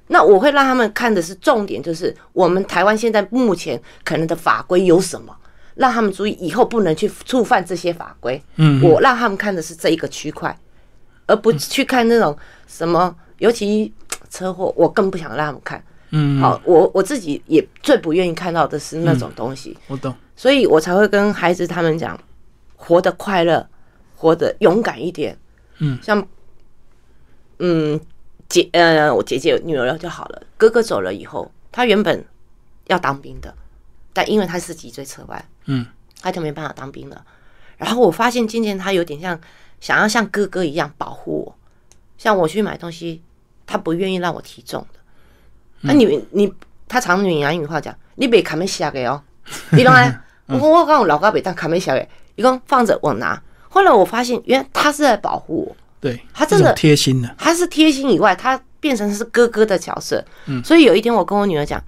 Speaker 2: 那我会让他们看的是重点，就是我们台湾现在目前可能的法规有什么，让他们注意以后不能去触犯这些法规。
Speaker 1: 嗯，
Speaker 2: 我让他们看的是这一个区块，而不去看那种什么，尤其车祸，我更不想让他们看。
Speaker 1: 嗯，
Speaker 2: 好，我我自己也最不愿意看到的是那种东西。
Speaker 1: 我懂。
Speaker 2: 所以我才会跟孩子他们讲，活得快乐，活得勇敢一点。
Speaker 1: 嗯，
Speaker 2: 像，嗯，姐，呃，我姐姐女儿就好了。哥哥走了以后，他原本要当兵的，但因为他是脊椎侧弯，
Speaker 1: 嗯，
Speaker 2: 他就没办法当兵了。然后我发现渐渐他有点像想要像哥哥一样保护我，像我去买东西，他不愿意让我提重的。那、
Speaker 1: 嗯
Speaker 2: 你你他常用闽南语话讲，你别砍没下个哦，你懂吗？
Speaker 1: 嗯
Speaker 2: 我我讲我老高别当砍没下个，你讲放着我拿。后来我发现，原来他是在保护我，
Speaker 1: 对，
Speaker 2: 他真的
Speaker 1: 这种贴心的，
Speaker 2: 他是贴心以外，他变成是哥哥的角色。
Speaker 1: 嗯
Speaker 2: 所以有一天我跟我女儿讲，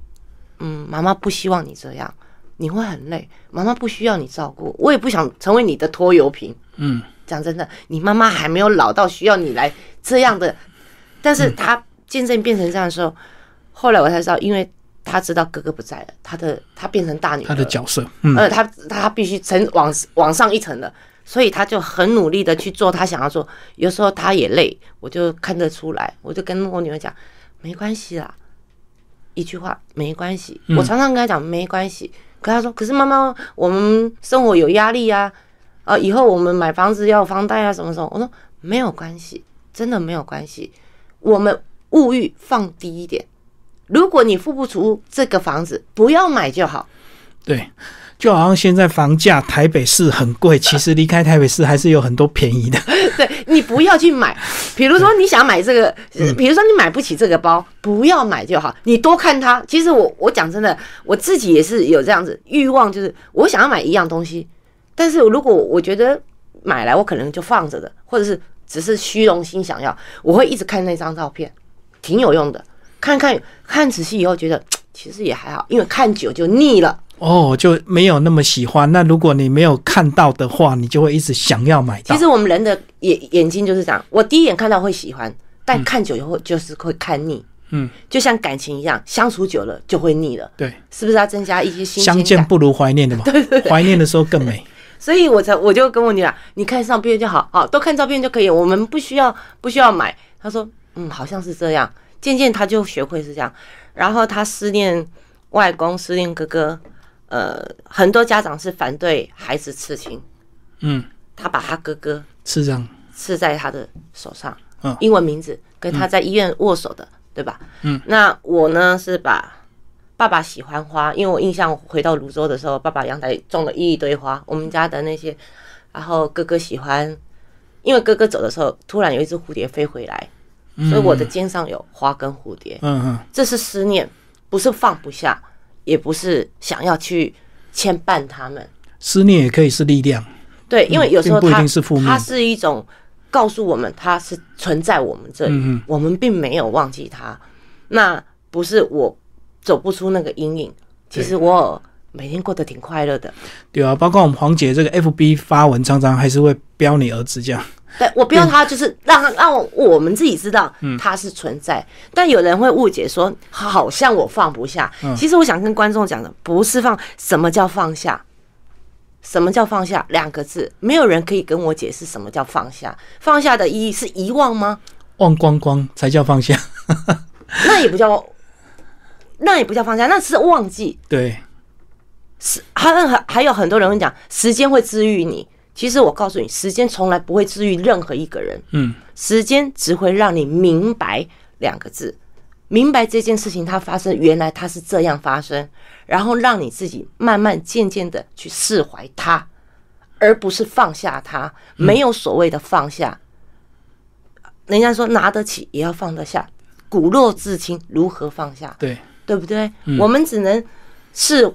Speaker 2: 嗯，妈妈不希望你这样，你会很累，妈妈不需要你照顾，我也不想成为你的拖油瓶。
Speaker 1: 嗯，
Speaker 2: 讲真的，你妈妈还没有老到需要你来这样的，但是她渐渐变成这样的时候，后来我才知道，因为她知道哥哥不在了，她的她变成大女儿
Speaker 1: 他
Speaker 2: 了，
Speaker 1: 的角色，嗯，
Speaker 2: 呃，他他必须层往往上一层的，所以他就很努力的去做他想要做。有时候他也累，我就看得出来，我就跟我女儿讲，没关系啦，一句话没关系。我常常跟她讲没关系，可她说，可是妈妈，我们生活有压力啊，呃，以后我们买房子要房贷啊，什么什么。我说没有关系，真的没有关系，我们物欲放低一点。如果你付不出这个房子，不要买就好。
Speaker 1: 对，就好像现在房价台北市很贵，其实离开台北市还是有很多便宜的。
Speaker 2: 对你不要去买，比如说你想买这个，呃比如说你买不起这个包，不要买就好。你多看它。其实我我讲真的，我自己也是有这样子欲望，就是我想要买一样东西，但是如果我觉得买来我可能就放着的，或者是只是虚荣心想要，我会一直看那张照片，挺有用的。看看看仔细以后，觉得其实也还好，因为看久就腻了。
Speaker 1: 哦，就没有那么喜欢。那如果你没有看到的话，你就会一直想要买到。
Speaker 2: 其实我们人的眼眼睛就是这样，我第一眼看到会喜欢，但看久以后就是会看腻。
Speaker 1: 嗯，
Speaker 2: 就像感情一样，相处久了就会腻了，
Speaker 1: 对，
Speaker 2: 是不是要增加一些新
Speaker 1: 相
Speaker 2: 鲜
Speaker 1: 见
Speaker 2: 感？
Speaker 1: 不如怀念 的嘛，怀念的时候更美。
Speaker 2: 所以我才我就跟我女儿，你看照片就好，好、多看照片就可以，我们不需要不需要买。她说，嗯，好像是这样。渐渐她就学会是这样，然后她思念外公，思念哥哥，呃，很多家长是反对孩子刺青，
Speaker 1: 嗯，
Speaker 2: 她把她哥哥
Speaker 1: 是这样。
Speaker 2: 刺在他的手上，
Speaker 1: 嗯
Speaker 2: 英文名字跟他在医院握手的，对吧？
Speaker 1: 嗯，
Speaker 2: 那我呢是把爸爸喜欢花，因为我印象回到泸州的时候，爸爸阳台种了一堆花，我们家的那些，然后哥哥喜欢，因为哥哥走的时候，突然有一只蝴蝶飞回来，所以我的肩上有花跟蝴蝶，
Speaker 1: 嗯嗯，
Speaker 2: 这是思念，不是放不下，也不是想要去牵绊他们，
Speaker 1: 思念也可以是力量。
Speaker 2: 对，因为有时候
Speaker 1: 嗯并不一
Speaker 2: 它
Speaker 1: 定是负面的
Speaker 2: 它是一种告诉我们它是存在我们这里，
Speaker 1: 嗯
Speaker 2: 我们并没有忘记它。那不是我走不出那个阴影，其实我每天过得挺快乐的。
Speaker 1: 对啊，包括我们黄姐这个 FB 发文，常常还是会标你儿子这样。
Speaker 2: 对我不要它，就是让它让我我们自己知道
Speaker 1: 嗯
Speaker 2: 它是存在。但有人会误解说，好像我放不下。
Speaker 1: 嗯
Speaker 2: 其实我想跟观众讲的，不是放，什么叫放下？什么叫放下？两个字，没有人可以跟我解释什么叫放下。放下的意义是遗忘吗？
Speaker 1: 忘光光才叫放下，
Speaker 2: 那也不叫，那也不叫放下，那是忘记。
Speaker 1: 对，
Speaker 2: 还有还有很多人会讲，时间会治愈你，其实我告诉你，时间从来不会治愈任何一个人，
Speaker 1: 嗯
Speaker 2: 时间只会让你明白两个字，明白这件事情它发生，原来它是这样发生，然后让你自己慢慢渐渐的去释怀它，而不是放下它。没有所谓的放下，人家说拿得起也要放得下，骨肉至亲如何放下？
Speaker 1: 对，
Speaker 2: 对不对？我们只能是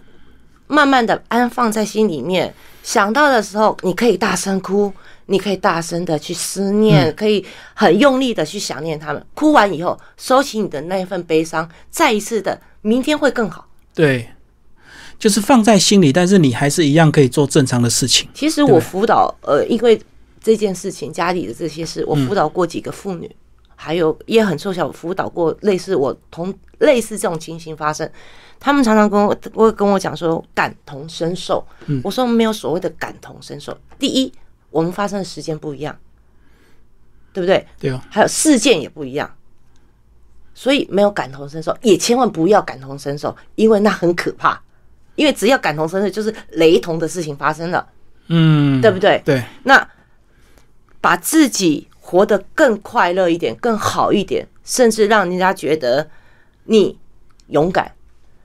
Speaker 2: 慢慢的安放在心里面，想到的时候，你可以大声哭，你可以大声的去思念，可以很用力的去想念他们。哭完以后，收起你的那一份悲伤，再一次的，明天会更好。
Speaker 1: 对，就是放在心里，但是你还是一样可以做正常的事情。
Speaker 2: 其实
Speaker 1: 对
Speaker 2: 我辅导，呃，因为这件事情，家里的这些事，我辅导过几个妇女，还有也很凑巧，我辅导过类似我同类似这种情形发生。他们常常跟我会跟我讲说感同身受，我说没有所谓的感同身受。第一，我们发生的时间不一样，对不对？
Speaker 1: 对哦，
Speaker 2: 还有事件也不一样，所以没有感同身受，也千万不要感同身受，因为那很可怕。因为只要感同身受，就是雷同的事情发生了，
Speaker 1: 嗯，
Speaker 2: 对不对？
Speaker 1: 对，
Speaker 2: 那把自己活得更快乐一点，更好一点，甚至让人家觉得你勇敢。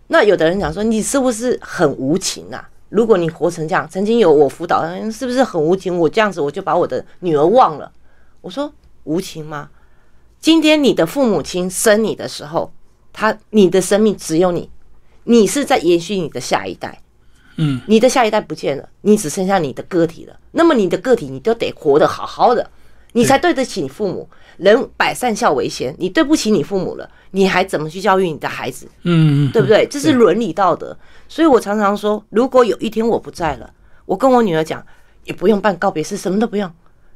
Speaker 2: 那有的人讲说，你是不是很无情啊？如果你活成这样，曾经有我辅导，嗯是不是很无情？我这样子我就把我的女儿忘了。我说无情吗？今天你的父母亲生你的时候，他你的生命只有你，你是在延续你的下一代。
Speaker 1: 嗯，
Speaker 2: 你的下一代不见了，你只剩下你的个体了。那么你的个体，你都得活得好好的，你才对得起你父母。人百善孝为先，你对不起你父母了，你还怎么去教育你的孩子？
Speaker 1: 嗯，
Speaker 2: 对不对？这是伦理道德。所以我常常说，如果有一天我不在了，我跟我女儿讲，也不用办告别式，什么都不用，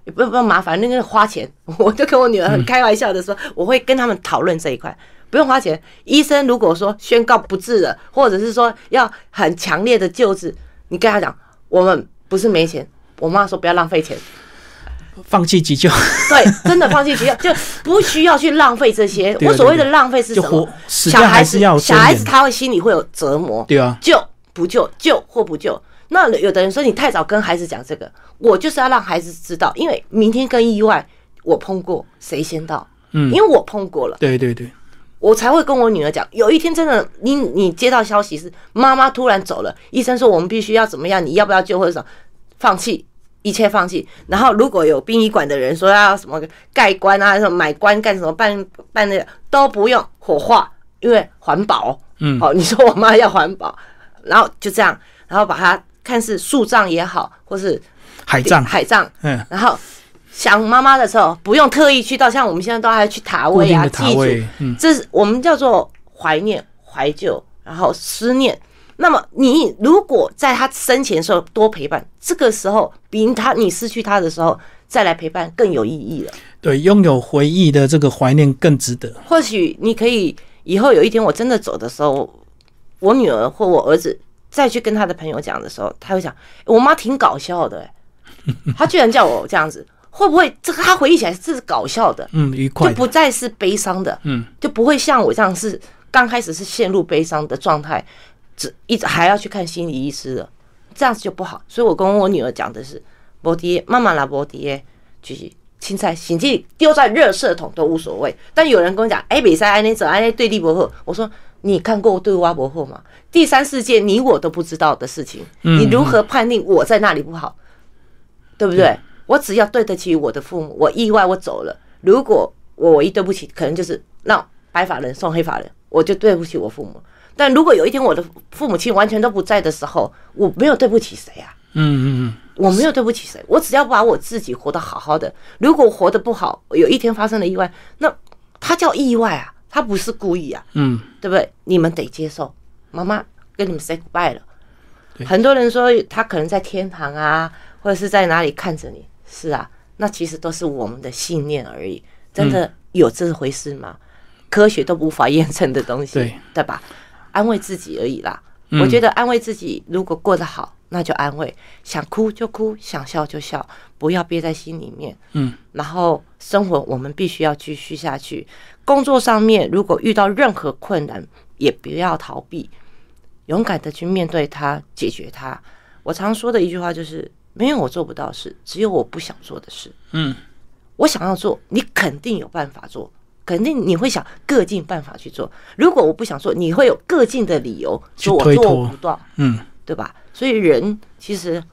Speaker 2: 也不不用麻烦那个花钱。 我就跟我女儿很开玩笑的
Speaker 1: 嗯
Speaker 2: 说，我会跟他们讨论这一块。不用花钱，医生如果说宣告不治了，或者是说要很强烈的救治，你跟他讲，我们不是没钱，我妈说不要浪费钱，
Speaker 1: 放弃急救
Speaker 2: 对，真的放弃学校就不需要去浪费这些。
Speaker 1: 对啊
Speaker 2: 我所谓的浪费是
Speaker 1: 就
Speaker 2: 什
Speaker 1: 活
Speaker 2: 么？
Speaker 1: 死
Speaker 2: 小
Speaker 1: 掉还
Speaker 2: 孩
Speaker 1: 是
Speaker 2: 子
Speaker 1: 要有，
Speaker 2: 小
Speaker 1: 尊
Speaker 2: 孩
Speaker 1: 严
Speaker 2: 子他会心里会有折磨，
Speaker 1: 对啊，
Speaker 2: 救不救，救或不救。那有的人说你太早跟孩子讲这个，我就是要让孩子知道，因为明天跟意外我碰过，谁先到？
Speaker 1: 嗯
Speaker 2: 因为我碰过了，
Speaker 1: 对对对，
Speaker 2: 我才会跟我女儿讲，有一天真的，你你接到消息是妈妈突然走了，医生说我们必须要怎么样，你要不要救或者什么，放弃。一切放弃，然后如果有殡仪馆的人说要什么盖棺啊、什么买棺干什么办办那个都不用火化，因为环保。
Speaker 1: 嗯
Speaker 2: 好、你说我妈要环保，然后就这样，然后把它看是树葬也好，或是
Speaker 1: 海葬，
Speaker 2: 海葬，
Speaker 1: 嗯，
Speaker 2: 然后想妈妈的时候，不用特意去到，像我们现在都还去塔
Speaker 1: 固
Speaker 2: 位
Speaker 1: 定
Speaker 2: 啊、
Speaker 1: 的塔
Speaker 2: 祭祖，
Speaker 1: 位，嗯，
Speaker 2: 这是我们叫做怀念、怀旧，然后思念。那么你如果在他生前的时候多陪伴，这个时候比他你失去他的时候再来陪伴更有意义了。
Speaker 1: 对，拥有回忆的这个怀念更值得。
Speaker 2: 或许你可以以后有一天我真的走的时候，我女儿或我儿子再去跟他的朋友讲的时候，他会想：“我妈挺搞笑的、欸，她居然叫我这样子，会不会这个她回忆起来是搞笑的？”
Speaker 1: 嗯，愉
Speaker 2: 就
Speaker 1: 快的，
Speaker 2: 不再是悲伤的，
Speaker 1: 嗯，
Speaker 2: 就不会像我这样是刚开始是陷入悲伤的状态，只一直还要去看心理医师了，这样子就不好。所以我跟我女儿讲的是，摩迪慢慢来，摩迪就是青菜，请自己丢在热射桶都无所谓。但有人跟我讲，哎、比赛安内走安内对立博后，我说你看过对蛙博后吗？第三世界你我都不知道的事情，你如何判定我在那里不好？对不对？我只要对得起我的父母，我意外我走了，如果我唯一对不起，可能就是让白发人送黑发人，我就对不起我父母。但如果有一天我的父母亲完全都不在的时候，我没有对不起谁啊，
Speaker 1: 嗯嗯
Speaker 2: 我没有对不起谁，我只要把我自己活得好好的。如果活得不好，有一天发生了意外，那他叫意外啊，他不是故意啊。
Speaker 1: 嗯，
Speaker 2: 对不对？你们得接受，妈妈跟你们 say goodbye 了。
Speaker 1: 对
Speaker 2: 很多人说他可能在天堂啊，或者是在哪里看着你，是啊，那其实都是我们的信念而已。真的
Speaker 1: 嗯
Speaker 2: 有这回事吗？科学都无法验证的东西，
Speaker 1: 对嗯
Speaker 2: 吧？安慰自己而已啦。我觉得安慰自己，如果过得好，那就安慰；想哭就哭，想笑就笑，不要憋在心里面。
Speaker 1: 嗯
Speaker 2: 然后生活我们必须要继续下去。工作上面如果遇到任何困难，也不要逃避，勇敢的去面对它，解决它。我常说的一句话就是：没有我做不到的事，只有我不想做的事。
Speaker 1: 嗯，
Speaker 2: 我想要做，你肯定有办法做，肯定你会想各尽办法去做。如果我不想做，你会有各尽的理由
Speaker 1: 去
Speaker 2: 说我
Speaker 1: 推脱
Speaker 2: 做不到，
Speaker 1: 嗯，
Speaker 2: 对吧？所以人其实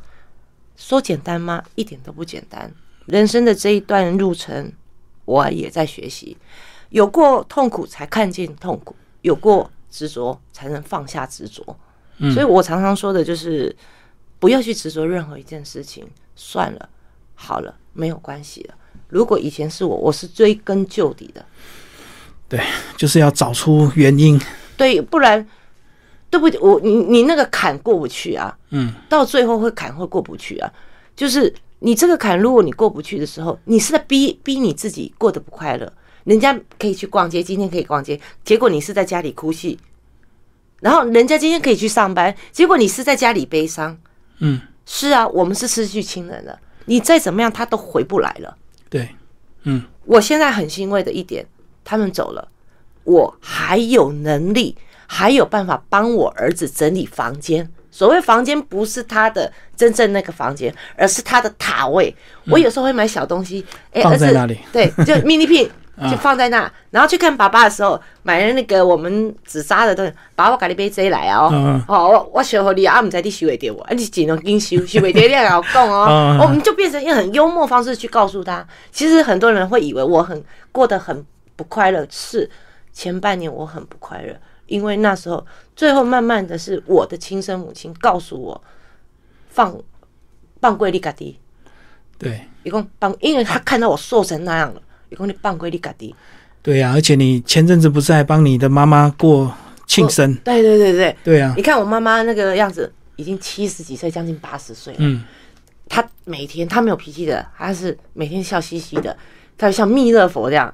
Speaker 2: 说简单吗？一点都不简单。人生的这一段路程，我也在学习。有过痛苦，才看见痛苦；有过执着，才能放下执着。所以我常常说的就是，不要去执着任何一件事情，算了，好了，没有关系了。如果以前是我，我是追根究底的，
Speaker 1: 就是要找出原因。
Speaker 2: 对，不然，对不起，我你你那个坎过不去啊，
Speaker 1: 嗯，
Speaker 2: 到最后会坎会过不去啊，就是你这个坎，如果你过不去的时候，你是在逼逼你自己过得不快乐。人家可以去逛街，今天可以逛街，结果你是在家里哭泣；然后人家今天可以去上班，结果你是在家里悲伤。
Speaker 1: 嗯，
Speaker 2: 是啊，我们是失去亲人了，你再怎么样他都回不来了。
Speaker 1: 对，
Speaker 2: 我现在很欣慰的一点，他们走了，我还有能力，还有办法帮我儿子整理房间。所谓房间不是他的真正那个房间，而是他的塔位。我有时候会买小东西，
Speaker 1: 嗯
Speaker 2: 哎、
Speaker 1: 放
Speaker 2: 儿
Speaker 1: 在
Speaker 2: 子
Speaker 1: 那里啊
Speaker 2: 对， 就 mini pin 就放在那，然后去看爸爸的时候，买了那个我们纸扎的东西，爸我给你杯这来啊
Speaker 1: 嗯
Speaker 2: 哦，哦，我我学好你啊，唔知你收会掉我，啊你尽量跟收，收会掉你也跟我讲
Speaker 1: 嗯
Speaker 2: 哦
Speaker 1: 嗯，
Speaker 2: 我们就变成用很幽默方式去告诉他。其实很多人会以为我很过得很不快乐，是前半年我很不快乐，因为那时候最后慢慢的是我的亲生母亲告诉我放放贵你家己，
Speaker 1: 对，
Speaker 2: 一共放，因为他看到我瘦成那样了，一共你放贵你家己。
Speaker 1: 对呀、而且你前阵子不是还帮你的妈妈过庆生？
Speaker 2: 对对对对，
Speaker 1: 对啊呀、
Speaker 2: 你看我妈妈那个样子，已经七十几岁，将近八十岁了。
Speaker 1: 嗯，
Speaker 2: 她每天她没有脾气的，她是每天笑嘻嘻的，她就像弥勒佛这样，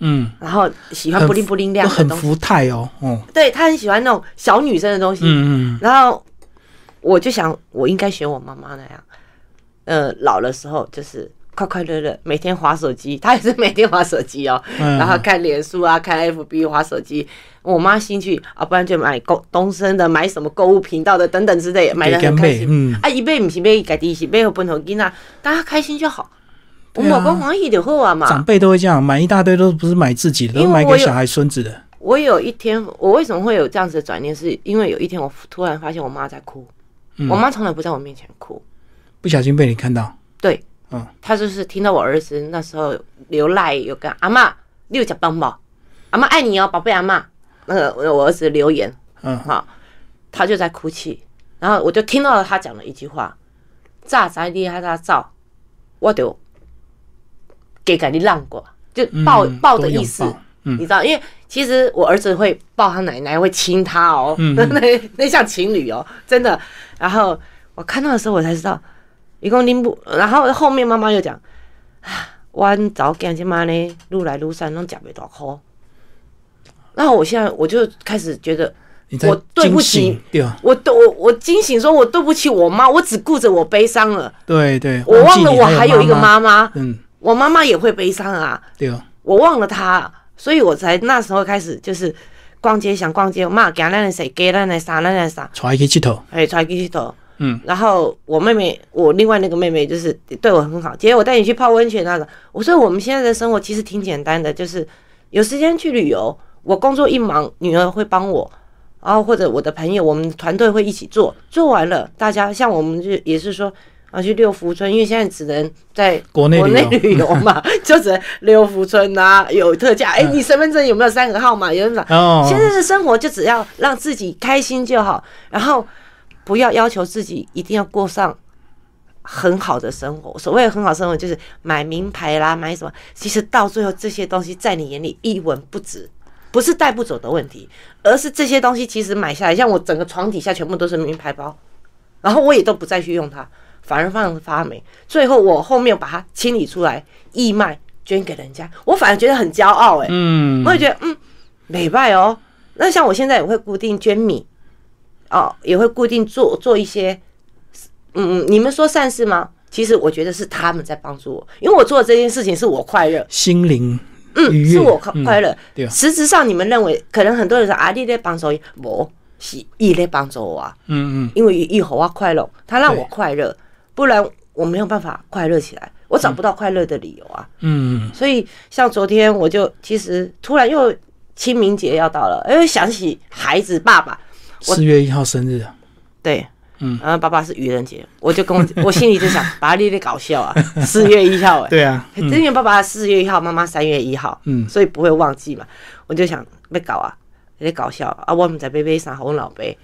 Speaker 1: 嗯，
Speaker 2: 然后喜欢
Speaker 1: 很
Speaker 2: 布灵布灵亮
Speaker 1: 都
Speaker 2: 的
Speaker 1: 很
Speaker 2: 东西。
Speaker 1: 福态哦，哦，
Speaker 2: 对她很喜欢那种小女生的东西。
Speaker 1: 嗯嗯
Speaker 2: 然后我就想，我应该学我妈妈那样，呃，老的时候就是快快乐乐，每天划手机，她也是每天划手机哦，
Speaker 1: 嗯
Speaker 2: 然后看脸书啊，看 FB 划手机。我妈兴趣啊，不然就买购东升的，买什么购物频道的等等之类的，买的很开
Speaker 1: 给
Speaker 2: 心。
Speaker 1: 干买嗯
Speaker 2: 啊，一辈不是买家己，是买给本土囡仔，大家开心就好。我
Speaker 1: 对啊
Speaker 2: 老公欢喜就好啊嘛。
Speaker 1: 长辈都会这样，买一大堆都不是买自己的，都
Speaker 2: 因为
Speaker 1: 买
Speaker 2: 我
Speaker 1: 给
Speaker 2: 有
Speaker 1: 小孩孙子的。
Speaker 2: 我有一天，我为什么会有这样子的转念，是因为有一天我突然发现我妈在哭，
Speaker 1: 嗯
Speaker 2: 我妈从来不在我面前哭，
Speaker 1: 不小心被你看到，
Speaker 2: 对，
Speaker 1: 嗯，
Speaker 2: 她就是听到我儿子那时候流泪，有个阿妈六甲棒棒，阿妈爱你哦，宝贝阿妈，那个我儿子留言，
Speaker 1: 嗯
Speaker 2: 哈，他就在哭泣，然后我就听到了他讲了一句话，炸宅厉害他造，我就给给你让过，就抱、
Speaker 1: 嗯
Speaker 2: 抱的
Speaker 1: 多拥
Speaker 2: 意思
Speaker 1: 抱。嗯
Speaker 2: 你知道，因为其实我儿子会抱他奶奶，会亲他哦，
Speaker 1: 嗯
Speaker 2: 那 那那像情侣哦，真的。然后我看到的时候，我才知道，一共拎不。然后后面妈妈又讲，啊，我早干这妈呢，愈来愈散，拢食袂大苦。然后我现在我就开始觉得，
Speaker 1: 你在
Speaker 2: 我对不
Speaker 1: 惊
Speaker 2: 起
Speaker 1: 醒，对啊
Speaker 2: 我对我我惊醒说，我对不起我妈，我只顾着我悲伤了，
Speaker 1: 对对，
Speaker 2: 我忘
Speaker 1: 记
Speaker 2: 了
Speaker 1: 你
Speaker 2: 我还有一个
Speaker 1: 妈，
Speaker 2: 妈妈，
Speaker 1: 嗯，
Speaker 2: 我妈妈也会悲伤啊。
Speaker 1: 对啊，
Speaker 2: 我忘了他，所以我才那时候开始就是逛街想逛街，妈给咱的谁给咱的啥咱的啥，
Speaker 1: 揣去佚佗，
Speaker 2: 哎，出来去头。
Speaker 1: 嗯，
Speaker 2: 然后我妹妹，我另外那个妹妹就是对我很好，姐我带你去泡温泉那个。我说我们现在的生活其实挺简单的，就是有时间去旅游，我工作一忙，女儿会帮我，然后或者我的朋友，我们团队会一起做，做完了大家像我们就也是说啊去六福村，因为现在只能在
Speaker 1: 国内
Speaker 2: 国
Speaker 1: 旅
Speaker 2: 内
Speaker 1: 游
Speaker 2: 旅游嘛，就只能六福村啊有特价，哎，你身份证有没有三个号码？有没有？
Speaker 1: 哦，
Speaker 2: 现在的生活就只要让自己开心就好，然后不要要求自己一定要过上很好的生活。所谓的很好生活，就是买名牌啦，买什么，其实到最后这些东西在你眼里一文不值。不是带不走的问题，而是这些东西其实买下来，像我整个床底下全部都是名牌包，然后我也都不再去用它，反而放着发霉。最后我后面把它清理出来，义卖捐给人家，我反而觉得很骄傲哎、欸
Speaker 1: 嗯
Speaker 2: 我也觉得嗯，美拜哦。那像我现在也会固定捐米，哦，也会固定做做一些，嗯，你们说善事吗？其实我觉得是他们在帮助我，因为我做的这件事情是我快乐，
Speaker 1: 心灵愉
Speaker 2: 嗯，
Speaker 1: 悦，
Speaker 2: 是我快快乐。
Speaker 1: 对啊
Speaker 2: 实质上你们认为，可能很多人说啊，你在帮助我，不是伊在帮助我啊，
Speaker 1: 嗯嗯
Speaker 2: 因为伊伊让我快乐，他让我快乐，不然我没有办法快乐起来，我找不到快乐的理由啊。
Speaker 1: 嗯
Speaker 2: 所以像昨天我就其实突然又清明节要到了，又想起孩子爸爸，我
Speaker 1: 四月一号生日啊，
Speaker 2: 对。
Speaker 1: 嗯，
Speaker 2: 然后爸爸是愚人节，我就跟我 我心里就想，把你得搞笑啊，四月一号哎、
Speaker 1: 对啊，
Speaker 2: 欸，真源爸爸四月一号，妈妈三月一号，
Speaker 1: 嗯
Speaker 2: 所以不会忘记嘛。我就想要搞啊，在搞笑啊，我唔知贝贝啥，我老贝，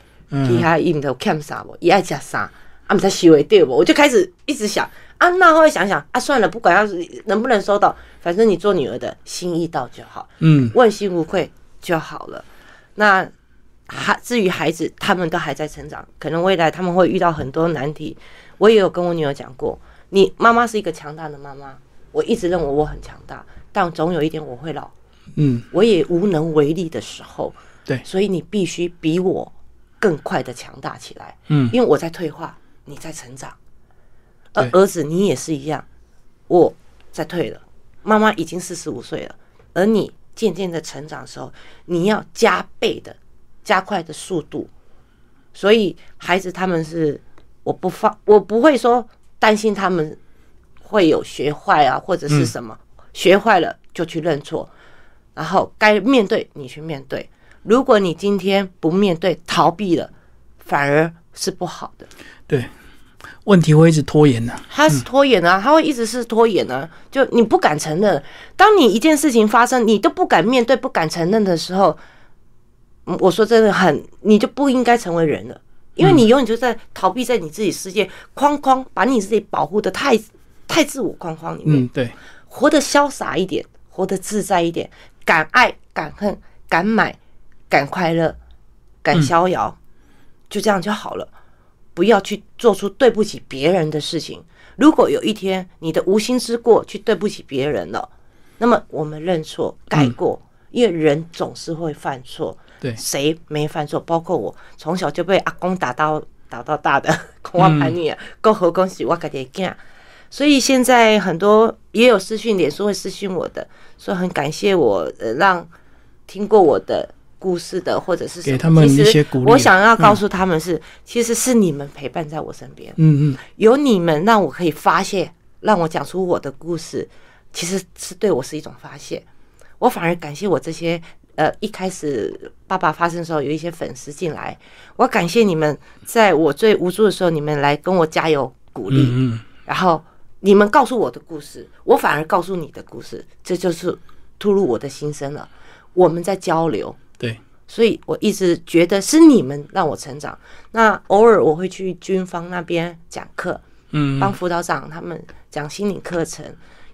Speaker 2: 其他伊唔知有欠啥无，伊爱吃啥，啊唔知收会对无，我就开始一直想啊，那后来想想啊，算了，不管要是能不能收到，反正你做女儿的心意到就好，
Speaker 1: 嗯
Speaker 2: 问心无愧就好了。那还至于孩子，他们都还在成长，可能未来他们会遇到很多难题。我也有跟我女儿讲过，你妈妈是一个强大的妈妈，我一直认为我很强大，但总有一天我会老，
Speaker 1: 嗯，
Speaker 2: 我也无能为力的时候。
Speaker 1: 对
Speaker 2: 所以你必须比我更快的强大起来。
Speaker 1: 嗯
Speaker 2: 因为我在退化，你在成长，而
Speaker 1: 对
Speaker 2: 儿子你也是一样，我在退了，妈妈已经四十五岁了，而你渐渐的成长的时候，你要加倍的加快的速度，所以孩子他们是我不放，我不会说担心他们会有学坏啊，或
Speaker 1: 嗯
Speaker 2: 者是什么、学坏了就去认错，然后该面对你去面对。如果你今天不面对，逃避了，反而是不好的。
Speaker 1: 对，问题会一直拖延啊的、
Speaker 2: 他是拖延啊，他会一直是拖延啊，就你不敢承认。当你一件事情发生，你都不敢面对、不敢承认的时候，嗯我说真的很，你就不应该成为人了，因为你永远就在逃避在你自己世界框框，把你自己保护的太太自我框框里面。
Speaker 1: 嗯，对，
Speaker 2: 活得潇洒一点，活得自在一点，敢爱敢恨，敢买敢快乐，敢逍遥，就这样就好了。不要去做出对不起别人的事情。如果有一天你的无心之过去对不起别人了，那么我们认错改过，因为人总是会犯错。
Speaker 1: 嗯对
Speaker 2: 谁没犯错？包括我，从小就被阿公打到打到大的， 恐怕叛
Speaker 1: 嗯
Speaker 2: 逆啊，更何况是我家己的囝。所以现在很多也有私讯，脸书会私讯我的，说很感谢我，呃，让听过我的故事的或者是什么
Speaker 1: 给他们
Speaker 2: 其实
Speaker 1: 一些鼓励啊
Speaker 2: 我想要告诉他们是，其实是你们陪伴在我身边，
Speaker 1: 嗯嗯，
Speaker 2: 有你们让我可以发泄，让我讲出我的故事，其实是对我是一种发泄。我反而感谢我这些呃一开始爸爸发生的时候有一些粉丝进来，我感谢你们在我最无助的时候，你们来跟我加油鼓
Speaker 1: 嗯
Speaker 2: 励，然后你们告诉我的故事，我反而告诉你的故事，这就是吐露我的心声了。我们在交流，
Speaker 1: 对，
Speaker 2: 所以我一直觉得是你们让我成长。那偶尔我会去军方那边讲课，
Speaker 1: 嗯
Speaker 2: 帮辅导长他们讲心理课程，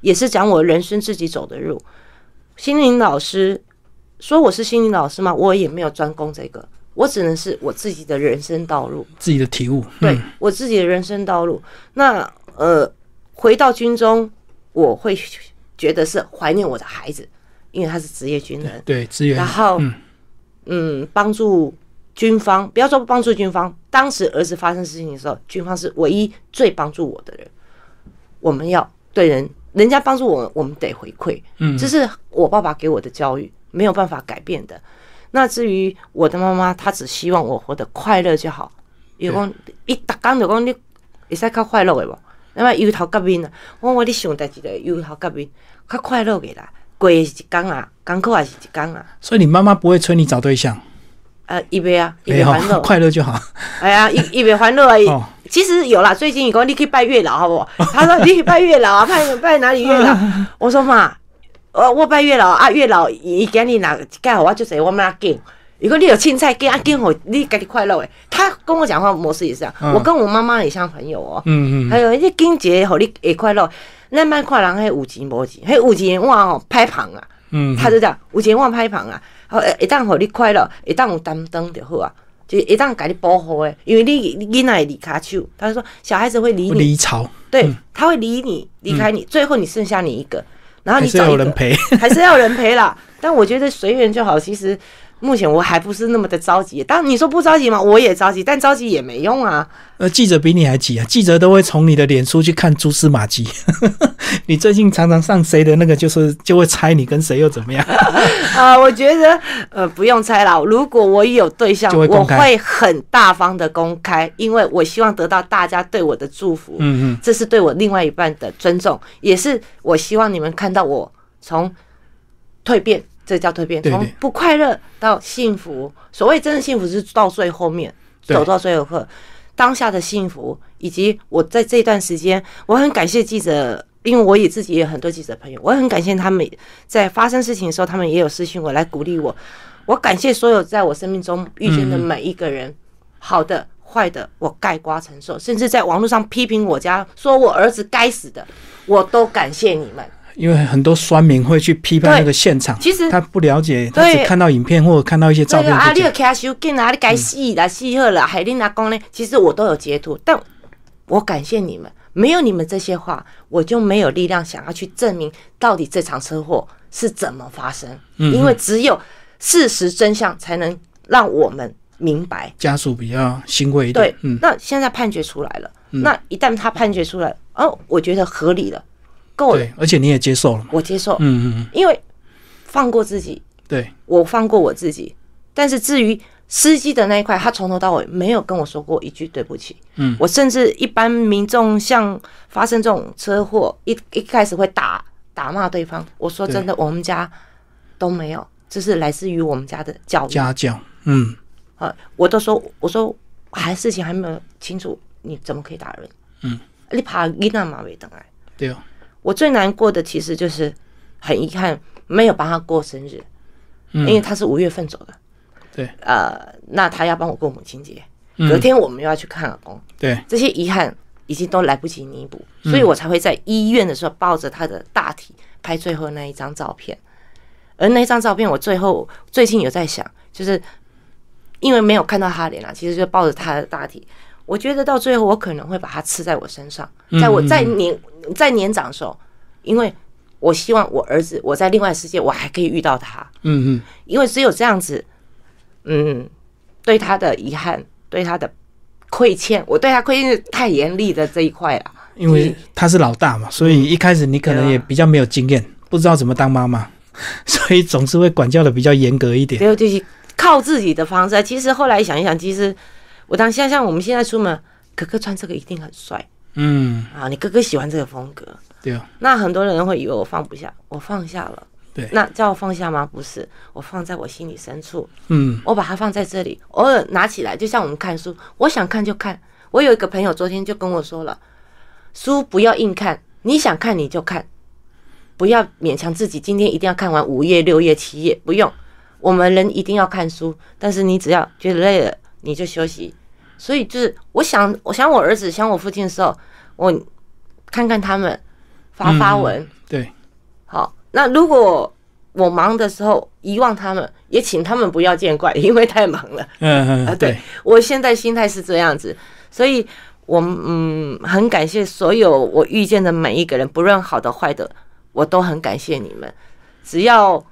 Speaker 2: 也是讲我人生自己走的路。心灵老师说我是心灵老师嘛，我也没有专攻这个，我只能是我自己的人生道路。
Speaker 1: 自己的体悟，
Speaker 2: 对我自己的人生道路。那呃，回到军中，我会觉得是怀念我的孩子，因为他是职业军人，
Speaker 1: 对，资源
Speaker 2: 然，后嗯，帮助军方，不要说帮助军方，当时儿子发生事情的时候，军方是唯一最帮助我的人。我们要对人，人家帮助我们，我们得回馈，
Speaker 1: 嗯
Speaker 2: 这是我爸爸给我的教育，没有办法改变的。那至于我的妈妈，她只希望我活得快乐就好。有讲，伊逐工就讲你，会使较快乐的无？那么由头革命啊，我我你想代志就由头革命，较快乐嘅啦。过的是一天啊，艰苦也是一天啊。
Speaker 1: 所以你妈妈不会催你找对象，
Speaker 2: 呃，伊袂啊，伊
Speaker 1: 没
Speaker 2: 袂
Speaker 1: 有
Speaker 2: 烦，恼，
Speaker 1: 快乐就好。
Speaker 2: 哎呀，伊伊袂烦恼啊。伊
Speaker 1: 哦
Speaker 2: 其实有啦，最近伊讲你去拜 月老好不好？他说你去拜月老啊，拜拜哪里月老？我说嘛，呃，我拜月老啊，月老伊伊今日若一盖我就是我们阿敬。如果你有青菜给阿敬我，你家己快乐诶。他跟我讲话模式也是这样，
Speaker 1: 嗯
Speaker 2: 我跟我妈妈也像朋友哦、
Speaker 1: 嗯嗯，
Speaker 2: 还有你金姐，互你会快乐。咱莫看人迄有钱无钱，迄有钱我吼歹捧啊。
Speaker 1: 嗯，
Speaker 2: 他就这样，有钱我歹捧啊，好一旦互你快乐，一旦有担当就好啊，就一旦给你保护的，因为你你囡仔会离开手，他就说小孩子会理
Speaker 1: 不
Speaker 2: 你，
Speaker 1: 离嗯巢，
Speaker 2: 对，他会理你，离开你，最后你剩下你一个，然后
Speaker 1: 还
Speaker 2: 你
Speaker 1: 是
Speaker 2: 找
Speaker 1: 要
Speaker 2: 一
Speaker 1: 有
Speaker 2: 个
Speaker 1: 人陪。
Speaker 2: 还是要有人陪啦。但我觉得随缘就好。其实目前我还不是那么的着急。当然你说不着急嘛，我也着急，但着急也没 用啊。
Speaker 1: 呃，记者比你还急啊！记者都会从你的脸书去看蛛丝马迹。 你最近常常上谁的那个，就是就会猜你跟谁又怎么样。
Speaker 2: 啊、我觉得呃不用猜啦。如果我有对象，
Speaker 1: 就会公
Speaker 2: 我
Speaker 1: 开
Speaker 2: 会很大方的公开，因为我希望得到大家对我的祝福。
Speaker 1: 嗯嗯，
Speaker 2: 这是对我另外一半的尊重，也是我希望你们看到我从蜕变，这叫蜕变，
Speaker 1: 对对
Speaker 2: 从不快乐到幸福。所谓真的幸福是到最后面，
Speaker 1: 对
Speaker 2: 走到最后刻，当下的幸福，以及我在这段时间，我很感谢记者。因为我也自己也有很多记者朋友，我很感谢他们在发生事情的时候，他们也有私信我来鼓励我。我感谢所有在我生命中遇见的每一个人，好的、坏的，我盖瓜承受，甚至在网络上批评我家，说我儿子该死的，我都感谢你们。
Speaker 1: 因为很多酸民会去批判那个现场，
Speaker 2: 其实
Speaker 1: 他不了解，他只
Speaker 2: 对
Speaker 1: 看到影片或者看到一些照
Speaker 2: 对
Speaker 1: 片
Speaker 2: 啊，啊，
Speaker 1: 就
Speaker 2: 你
Speaker 1: 觉
Speaker 2: 有
Speaker 1: 得。
Speaker 2: 卡修紧啊，你该死啦、死好啦，海你阿公呢？其实我都有截图，但我感谢你们，没有你们这些话，我就没有力量想要去证明到底这场车祸是怎么发生，
Speaker 1: 嗯
Speaker 2: 因为只有事实真相才能让我们明白。
Speaker 1: 家属比较欣慰一点。嗯
Speaker 2: 对，那现在判决出来了，那一旦他判决出来，哦，我觉得合理了，够了，
Speaker 1: 对，而且你也接受了嘛。
Speaker 2: 我接受，
Speaker 1: 嗯嗯嗯，
Speaker 2: 因为放过自己，
Speaker 1: 对，
Speaker 2: 我放过我自己。但是至于司机的那一块，他从头到尾没有跟我说过一句对不起。嗯，我甚至一般民众像发生这种车祸，一一开始会打打骂对方。我说真的，我们家都没有，这是来自于我们家的教育。
Speaker 1: 家教。嗯，
Speaker 2: 啊，我都说，我说还事情还没有清楚，你怎么可以打人？嗯，你怕伊娜马尾等来。
Speaker 1: 对哦，
Speaker 2: 我最难过的其实就是很遗憾没有帮他过生日，因为他是五月份走的。
Speaker 1: 对，
Speaker 2: 呃，那他要帮我过母亲节，隔天我们又要去看老公，
Speaker 1: 对，
Speaker 2: 这些遗憾已经都来不及弥补，所以我才会在医院的时候抱着他的大体拍最后那一张照片。而那张照片，我最后最近有在想，就是因为没有看到他的脸啊，其实就抱着他的大体。我觉得到最后，我可能会把它刺在我身上，在我在年在年长的时候，因为我希望我儿子，我在另外世界，我还可以遇到他。
Speaker 1: 嗯嗯，
Speaker 2: 因为只有这样子，嗯，对他的遗憾，对他的亏欠，我对他亏欠是太严厉的这一块了。
Speaker 1: 因为他是老大嘛，所以一开始你可能也比较没有经验，不知道怎么当妈 妈，所以总是会管教的比较严格一点。
Speaker 2: 最后就是靠自己的方式。其实后来想一想，其实我当下像我们现在出门，哥哥穿这个一定很帅
Speaker 1: 嗯，
Speaker 2: 啊，你哥哥喜欢这个风格。
Speaker 1: 对哦，
Speaker 2: 那很多人会以为我放不下，我放下了。
Speaker 1: 对
Speaker 2: 那叫我放下吗？不是，我放在我心里深处，
Speaker 1: 嗯，
Speaker 2: 我把它放在这里，偶尔拿起来，就像我们看书，我想看就看。我有一个朋友昨天就跟我说了，书不要硬看，你想看你就看，不要勉强自己，今天一定要看完五页、六页、七页，不用。我们人一定要看书，但是你只要觉得累了，你就休息。所以就是，我想，我想我儿子，想我父亲的时候，我看看他们发发文，
Speaker 1: 对，
Speaker 2: 好，那如果我忙的时候遗忘他们，也请他们不要见怪，因为太忙了。
Speaker 1: 嗯
Speaker 2: 啊，
Speaker 1: 嗯，
Speaker 2: 对
Speaker 1: 对，
Speaker 2: 我现在心态是这样子，所以我嗯很感谢所有我遇见的每一个人，不论好的坏的，我都很感谢你们。只要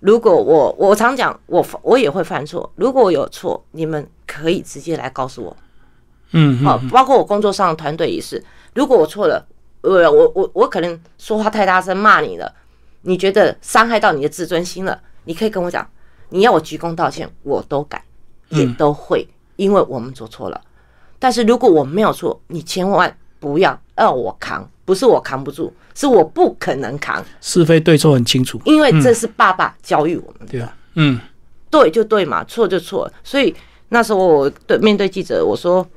Speaker 2: 如果我我常讲，我我也会犯错，如果我有错，你们可以直接来告诉我，
Speaker 1: 嗯
Speaker 2: 好，包括我工作上的团队也是，如果我错了，我我我我可能说话太大声骂你了，你觉得伤害到你的自尊心了，你可以跟我讲，你要我鞠躬道歉，我都敢，
Speaker 1: 嗯
Speaker 2: 也都会，因为我们做错了。但是如果我没有错，你千万不要让我扛，不是我扛不住，是我不可能扛，
Speaker 1: 是非对错很清楚。
Speaker 2: 因为这是爸爸教育我们的。
Speaker 1: 对啊，嗯，
Speaker 2: 对就对嘛，错就错。所以那时候我对面对记者，我说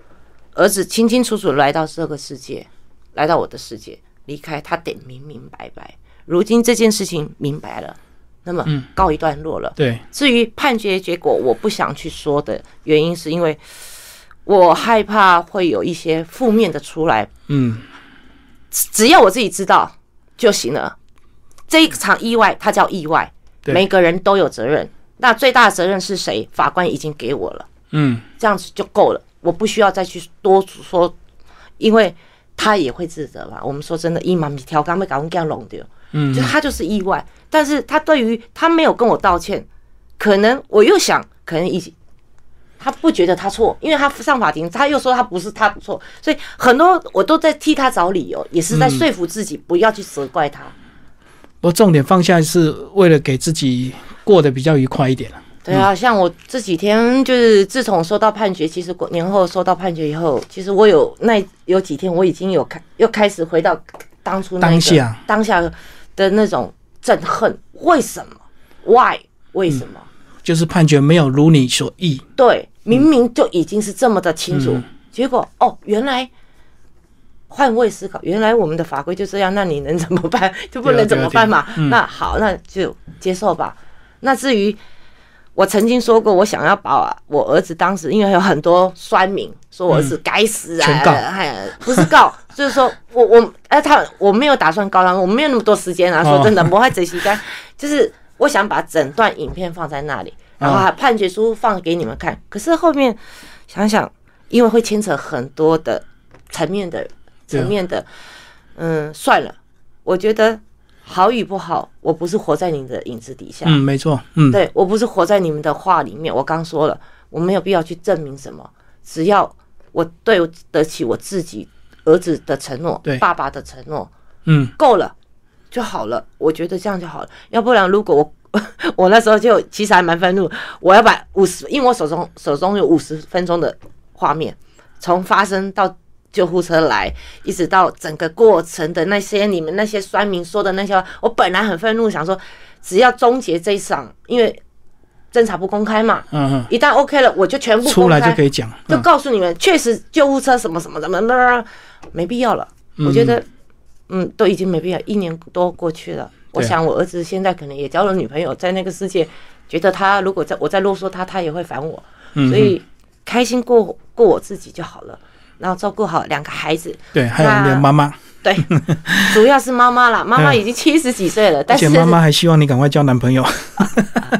Speaker 2: 儿子清清楚楚地来到这个世界，来到我的世界，离开他得明明白白。如今这件事情明白了，那么告一段落了。
Speaker 1: 对，
Speaker 2: 至于判决结果，我不想去说的原因是因为我害怕会有一些负面的出来，
Speaker 1: 嗯，
Speaker 2: 只只要我自己知道就行了。这一场意外，它叫意外，
Speaker 1: 对
Speaker 2: 每个人都有责任。那最大的责任是谁？法官已经给我了，
Speaker 1: 嗯，
Speaker 2: 这样子就够了，我不需要再去多说，因为他也会自责吧。我们说真的，一妈咪挑刚被搞我们这样弄掉，嗯，就他就是意外，但是他对于他没有跟我道歉，可能我又想，可能以他不觉得他错，因为他上法庭，他又说他不是他错，所以很多我都在替他找理由，也是在说服自己不要去责怪他。
Speaker 1: 我重点放下是为了给自己过得比较愉快一点了。
Speaker 2: 对
Speaker 1: 嗯
Speaker 2: 啊，像我这几天就是自从收到判决，其实过年后收到判决以后，其实我有那有几天我已经有开又开始回到当初那个
Speaker 1: 当下
Speaker 2: 当下的那种憎恨，为什么？Why？为什么？
Speaker 1: 就是判决没有如你所意，
Speaker 2: 对，明明就已经是这么的清楚，
Speaker 1: 嗯
Speaker 2: 结果哦，原来换位思考，原来我们的法规就这样，那你能怎么办？ 就不
Speaker 1: 对
Speaker 2: 能
Speaker 1: 啊
Speaker 2: 怎么
Speaker 1: 对啊
Speaker 2: 办嘛？那好，那就接受吧。那至于我曾经说过，我想要把我儿子当时，因为有很多酸民说我儿子该死啊，
Speaker 1: 全告
Speaker 2: 哎，不是告， 就是说我我哎、他我没有打算告他，我没有那么多时间啊。
Speaker 1: 哦
Speaker 2: 说真的，我还仔细看，就是我想把整段影片放在那里，然后
Speaker 1: 哦
Speaker 2: 把判决书放给你们看。可是后面想想，因为会牵扯很多的层面的
Speaker 1: 对啊
Speaker 2: 层面的，嗯，算了，我觉得好与不好，我不是活在你的影子底下，
Speaker 1: 嗯，没错，嗯，
Speaker 2: 对我不是活在你们的话里面。我刚说了，我没有必要去证明什么，只要我对得起我自己儿子的承诺
Speaker 1: 对，
Speaker 2: 爸爸的承诺，
Speaker 1: 嗯，
Speaker 2: 够了就好了。我觉得这样就好了。要不然，如果我 我那时候就其实还蛮愤怒，我要把五十，因为我手中手中有五十分钟的画面，从发生到救护车来，一直到整个过程的那些你们那些酸民说的那些话，我本来很愤怒，想说只要终结这一场，因为侦查不公开嘛，
Speaker 1: 嗯
Speaker 2: 一旦 OK 了，我就全
Speaker 1: 嗯，
Speaker 2: 部
Speaker 1: 出来就可
Speaker 2: 以，
Speaker 1: 以讲，
Speaker 2: 就
Speaker 1: 嗯，
Speaker 2: 告诉你们，确实救护车什么什么什么的，没必要了。我觉得，嗯，都已经没必要，一年多过去了。我
Speaker 1: 对啊
Speaker 2: 想我儿子现在可能也交了女朋友，在那个世界，觉得他如果再我再啰嗦他，他也会烦我。
Speaker 1: 嗯
Speaker 2: 所以开心过过我自己就好了，然后照顾好两个孩子。
Speaker 1: 对，还有你的
Speaker 2: 那
Speaker 1: 妈妈，
Speaker 2: 对，主要是妈妈啦，妈妈
Speaker 1: 嗯
Speaker 2: 已经七十几岁了，
Speaker 1: 而
Speaker 2: 但
Speaker 1: 且
Speaker 2: 是
Speaker 1: 妈妈还希望你赶快交男朋友，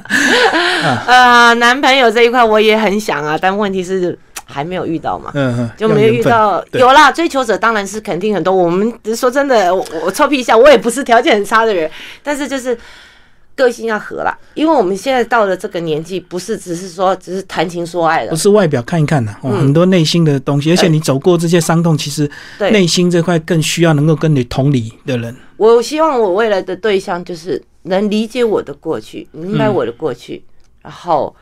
Speaker 2: 呃，男朋友这一块我也很想啊，但问题是还没有遇到嘛。
Speaker 1: 嗯嗯，
Speaker 2: 就没有遇到
Speaker 1: 对
Speaker 2: 有啦，追求者当然是肯定很多。我们说真的，我我臭屁一下，我也不是条件很差的人，但是就是个性要合啦。因为我们现在到了这个年纪，不是只是说只是谈情说爱
Speaker 1: 不
Speaker 2: 了，
Speaker 1: 是外表看一看的、哦，
Speaker 2: 嗯
Speaker 1: 很多内心的东西，而且你走过这些伤痛，其实
Speaker 2: 对
Speaker 1: 内心这块更需要能够跟你同理的人。
Speaker 2: 我希望我未来的对象就是能理解我的过去，明
Speaker 1: 嗯
Speaker 2: 白我的过去，然后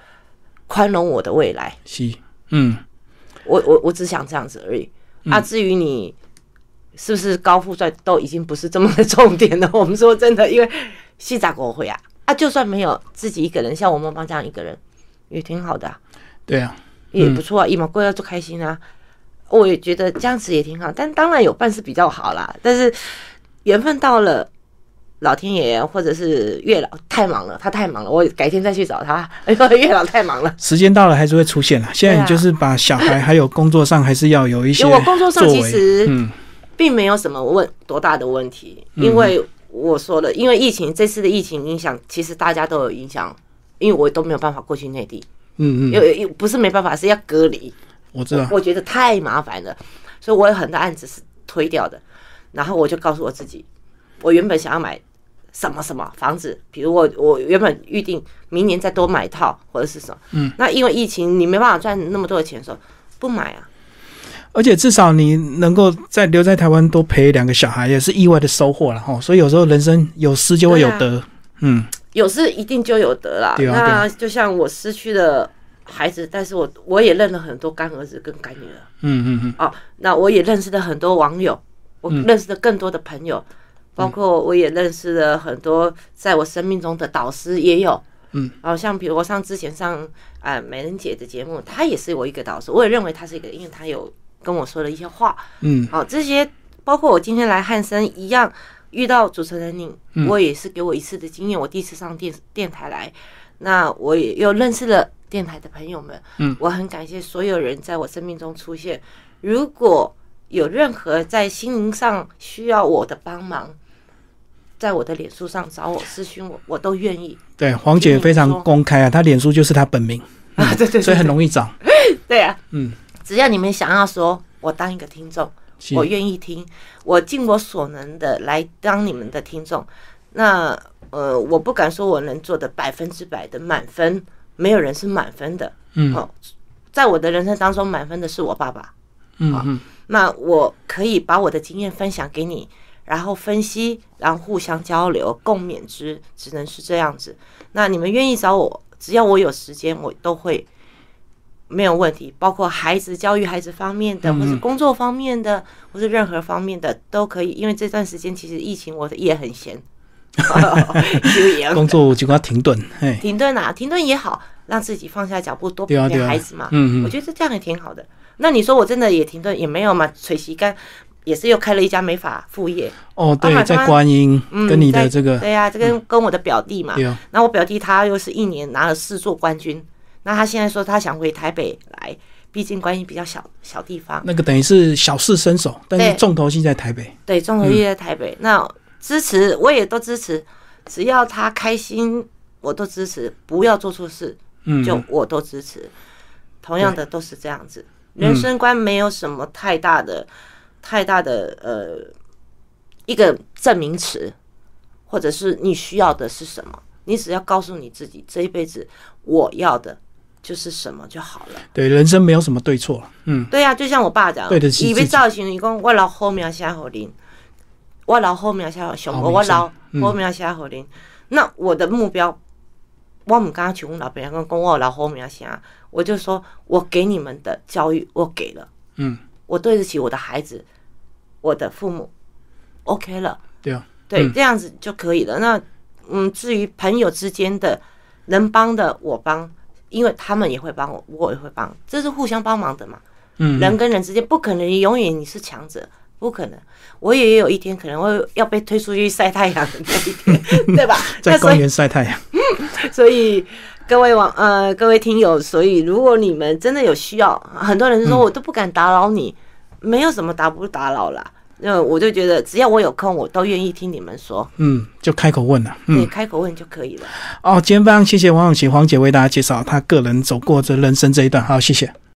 Speaker 2: 宽容我的未来。
Speaker 1: 是，嗯，
Speaker 2: 我我我只想这样子而已。啊，至于你是不是高富帅，都已经不是这么的重点了。 我们说真的，因为戏咋狗会啊？啊，就算没有自己一个人，像我妈妈这样一个人，也挺好的啊、
Speaker 1: 对啊，
Speaker 2: 也不错啊，一毛过要就开心啊。我也觉得这样子也挺好，但当然有伴是比较好啦。但是缘分到了，老天爷或者是月老太忙了，他太忙了，我改天再去找他。哎呦，月老太忙了。
Speaker 1: 时间到了还是会出现啦。现在你就是把小孩还有工作上还是要有一些
Speaker 2: 啊
Speaker 1: 作
Speaker 2: 因为
Speaker 1: 为，
Speaker 2: 我工作上其实
Speaker 1: 嗯
Speaker 2: 并没有什么问多大的问题，因为我说了，因为疫情这次的疫情影响，其实大家都有影响，因为我都没有办法过去内地，
Speaker 1: 嗯嗯，
Speaker 2: 因为因为不是没办法，是要隔离，
Speaker 1: 我知道，
Speaker 2: 我觉得太麻烦了，所以我有很多案子是推掉的，然后我就告诉我自己，我原本想要买什么什么房子，比如我我原本预定明年再多买一套或者是什么，嗯，那因为疫情你没办法赚那么多的钱的时候，不买啊，
Speaker 1: 而且至少你能够在留在台湾多陪两个小孩，也是意外的收获了哈。所以有时候人生有失就会有得，
Speaker 2: 啊
Speaker 1: 嗯，
Speaker 2: 有是一定就有得啦。
Speaker 1: 对啊对啊
Speaker 2: 那就像我失去了孩子，但是我我也认了很多干儿子跟干女儿
Speaker 1: 嗯嗯嗯，
Speaker 2: 啊，那我也认识了很多网友，我认识了更多的朋友，
Speaker 1: 嗯
Speaker 2: 包括我也认识了很多在我生命中的导师也有。
Speaker 1: 嗯，
Speaker 2: 然后像比如我上之前上啊美人姐的节目，她也是我一个导师，我也认为她是一个，因为她有跟我说了一些话，
Speaker 1: 嗯，
Speaker 2: 好、这些包括我今天来汉森一样，遇到主持人您，
Speaker 1: 嗯
Speaker 2: 我也是给我一次的经验，我第一次上电电台来，那我也又认识了电台的朋友们，
Speaker 1: 嗯，
Speaker 2: 我很感谢所有人在我生命中出现。如果有任何在心灵上需要我的帮忙，在我的脸书上找我私讯我，我都愿意。
Speaker 1: 对，黄姐非常公开啊，她脸书就是她本名，
Speaker 2: 啊，嗯对对
Speaker 1: 所以
Speaker 2: 对
Speaker 1: 很容易找。
Speaker 2: 对啊，
Speaker 1: 嗯，
Speaker 2: 只要你们想要说，我当一个听众。
Speaker 1: 是
Speaker 2: 我愿意听，我尽我所能的来当你们的听众。那呃，我不敢说我能做的百分之百的满分，没有人是满分的。
Speaker 1: 嗯
Speaker 2: 哦，在我的人生当中，满分的是我爸爸。
Speaker 1: 嗯嗯
Speaker 2: 那我可以把我的经验分享给你，然后分析，然后互相交流，共勉之，只能是这样子。那你们愿意找我，只要我有时间，我都会没有问题。包括孩子教育孩子方面的，或是工作方面的，或是任何方面的都可以。因为这段时间其实疫情，我的也很闲， 就也
Speaker 1: 工作有几块停顿，嘿，
Speaker 2: 停顿啊，停顿也好，让自己放下脚步，多陪
Speaker 1: 对啊
Speaker 2: 陪
Speaker 1: 对啊
Speaker 2: 孩子嘛。
Speaker 1: 嗯嗯，
Speaker 2: 我觉得这样也挺好的。那你说我真的也停顿也没有嘛？垂膝干也是又开了一家美发副业，
Speaker 1: 哦
Speaker 2: 啊
Speaker 1: 对，
Speaker 2: 马
Speaker 1: 在
Speaker 2: 上
Speaker 1: 观音
Speaker 2: 嗯，
Speaker 1: 跟你
Speaker 2: 在
Speaker 1: 的这个嗯
Speaker 2: 对呀、这跟跟我的表弟嘛，
Speaker 1: 对啊，
Speaker 2: 那我表弟他又是一年拿了四座冠军，那他现在说他想回台北来，毕竟关系比较小小地方，
Speaker 1: 那个等于是小试身手，但是
Speaker 2: 对
Speaker 1: 重头戏在台北，
Speaker 2: 对，综合业在台北，那支持我也都支持，只要他开心我都支持，不要做错事
Speaker 1: 嗯，
Speaker 2: 就我都支持。同样的都是这样子，人生观没有什么太大的、太大的呃一个证明词，或者是你需要的是什么，你只要告诉你自己这一辈子我要的就是什么就好了。
Speaker 1: 对，人生没有什么对错，嗯，
Speaker 2: 对呀、啊就像我爸讲，
Speaker 1: 对得起
Speaker 2: 伊
Speaker 1: 自
Speaker 2: 要
Speaker 1: 己
Speaker 2: 造型，伊讲我留好名声互恁，我留好名声互上
Speaker 1: 好
Speaker 2: 我，我
Speaker 1: 名声
Speaker 2: 留好名声互恁。那我的目标，我唔敢像阮老爸讲讲我有留好名声，我就说我给你们的教育我给了，
Speaker 1: 嗯，
Speaker 2: 我对得起我的孩子，我的父母，OK 了。
Speaker 1: 对啊，
Speaker 2: 对，这样子就可以了。那嗯，至于朋友之间的能帮的我帮，因为他们也会帮我，我也会帮，这是互相帮忙的嘛。
Speaker 1: 嗯
Speaker 2: 人跟人之间不可能永远你是强者，不可能。我也有一天可能会要被推出去晒太阳的那一 天，对吧？
Speaker 1: 在
Speaker 2: 那所
Speaker 1: 公
Speaker 2: 以
Speaker 1: 园晒太阳，
Speaker 2: 所以各位网呃各位听友，所以如果你们真的有需要，很多人
Speaker 1: 嗯
Speaker 2: 就说我都不敢打扰你，没有什么打不打扰啦。那我就觉得只要我有空，我都愿意听你们说。
Speaker 1: 嗯，就开口问了，嗯
Speaker 2: 你，开口问就可以了。
Speaker 1: 哦，今天非常谢谢王永琪黄姐为大家介绍她个人走过这人生这一段，好，谢谢。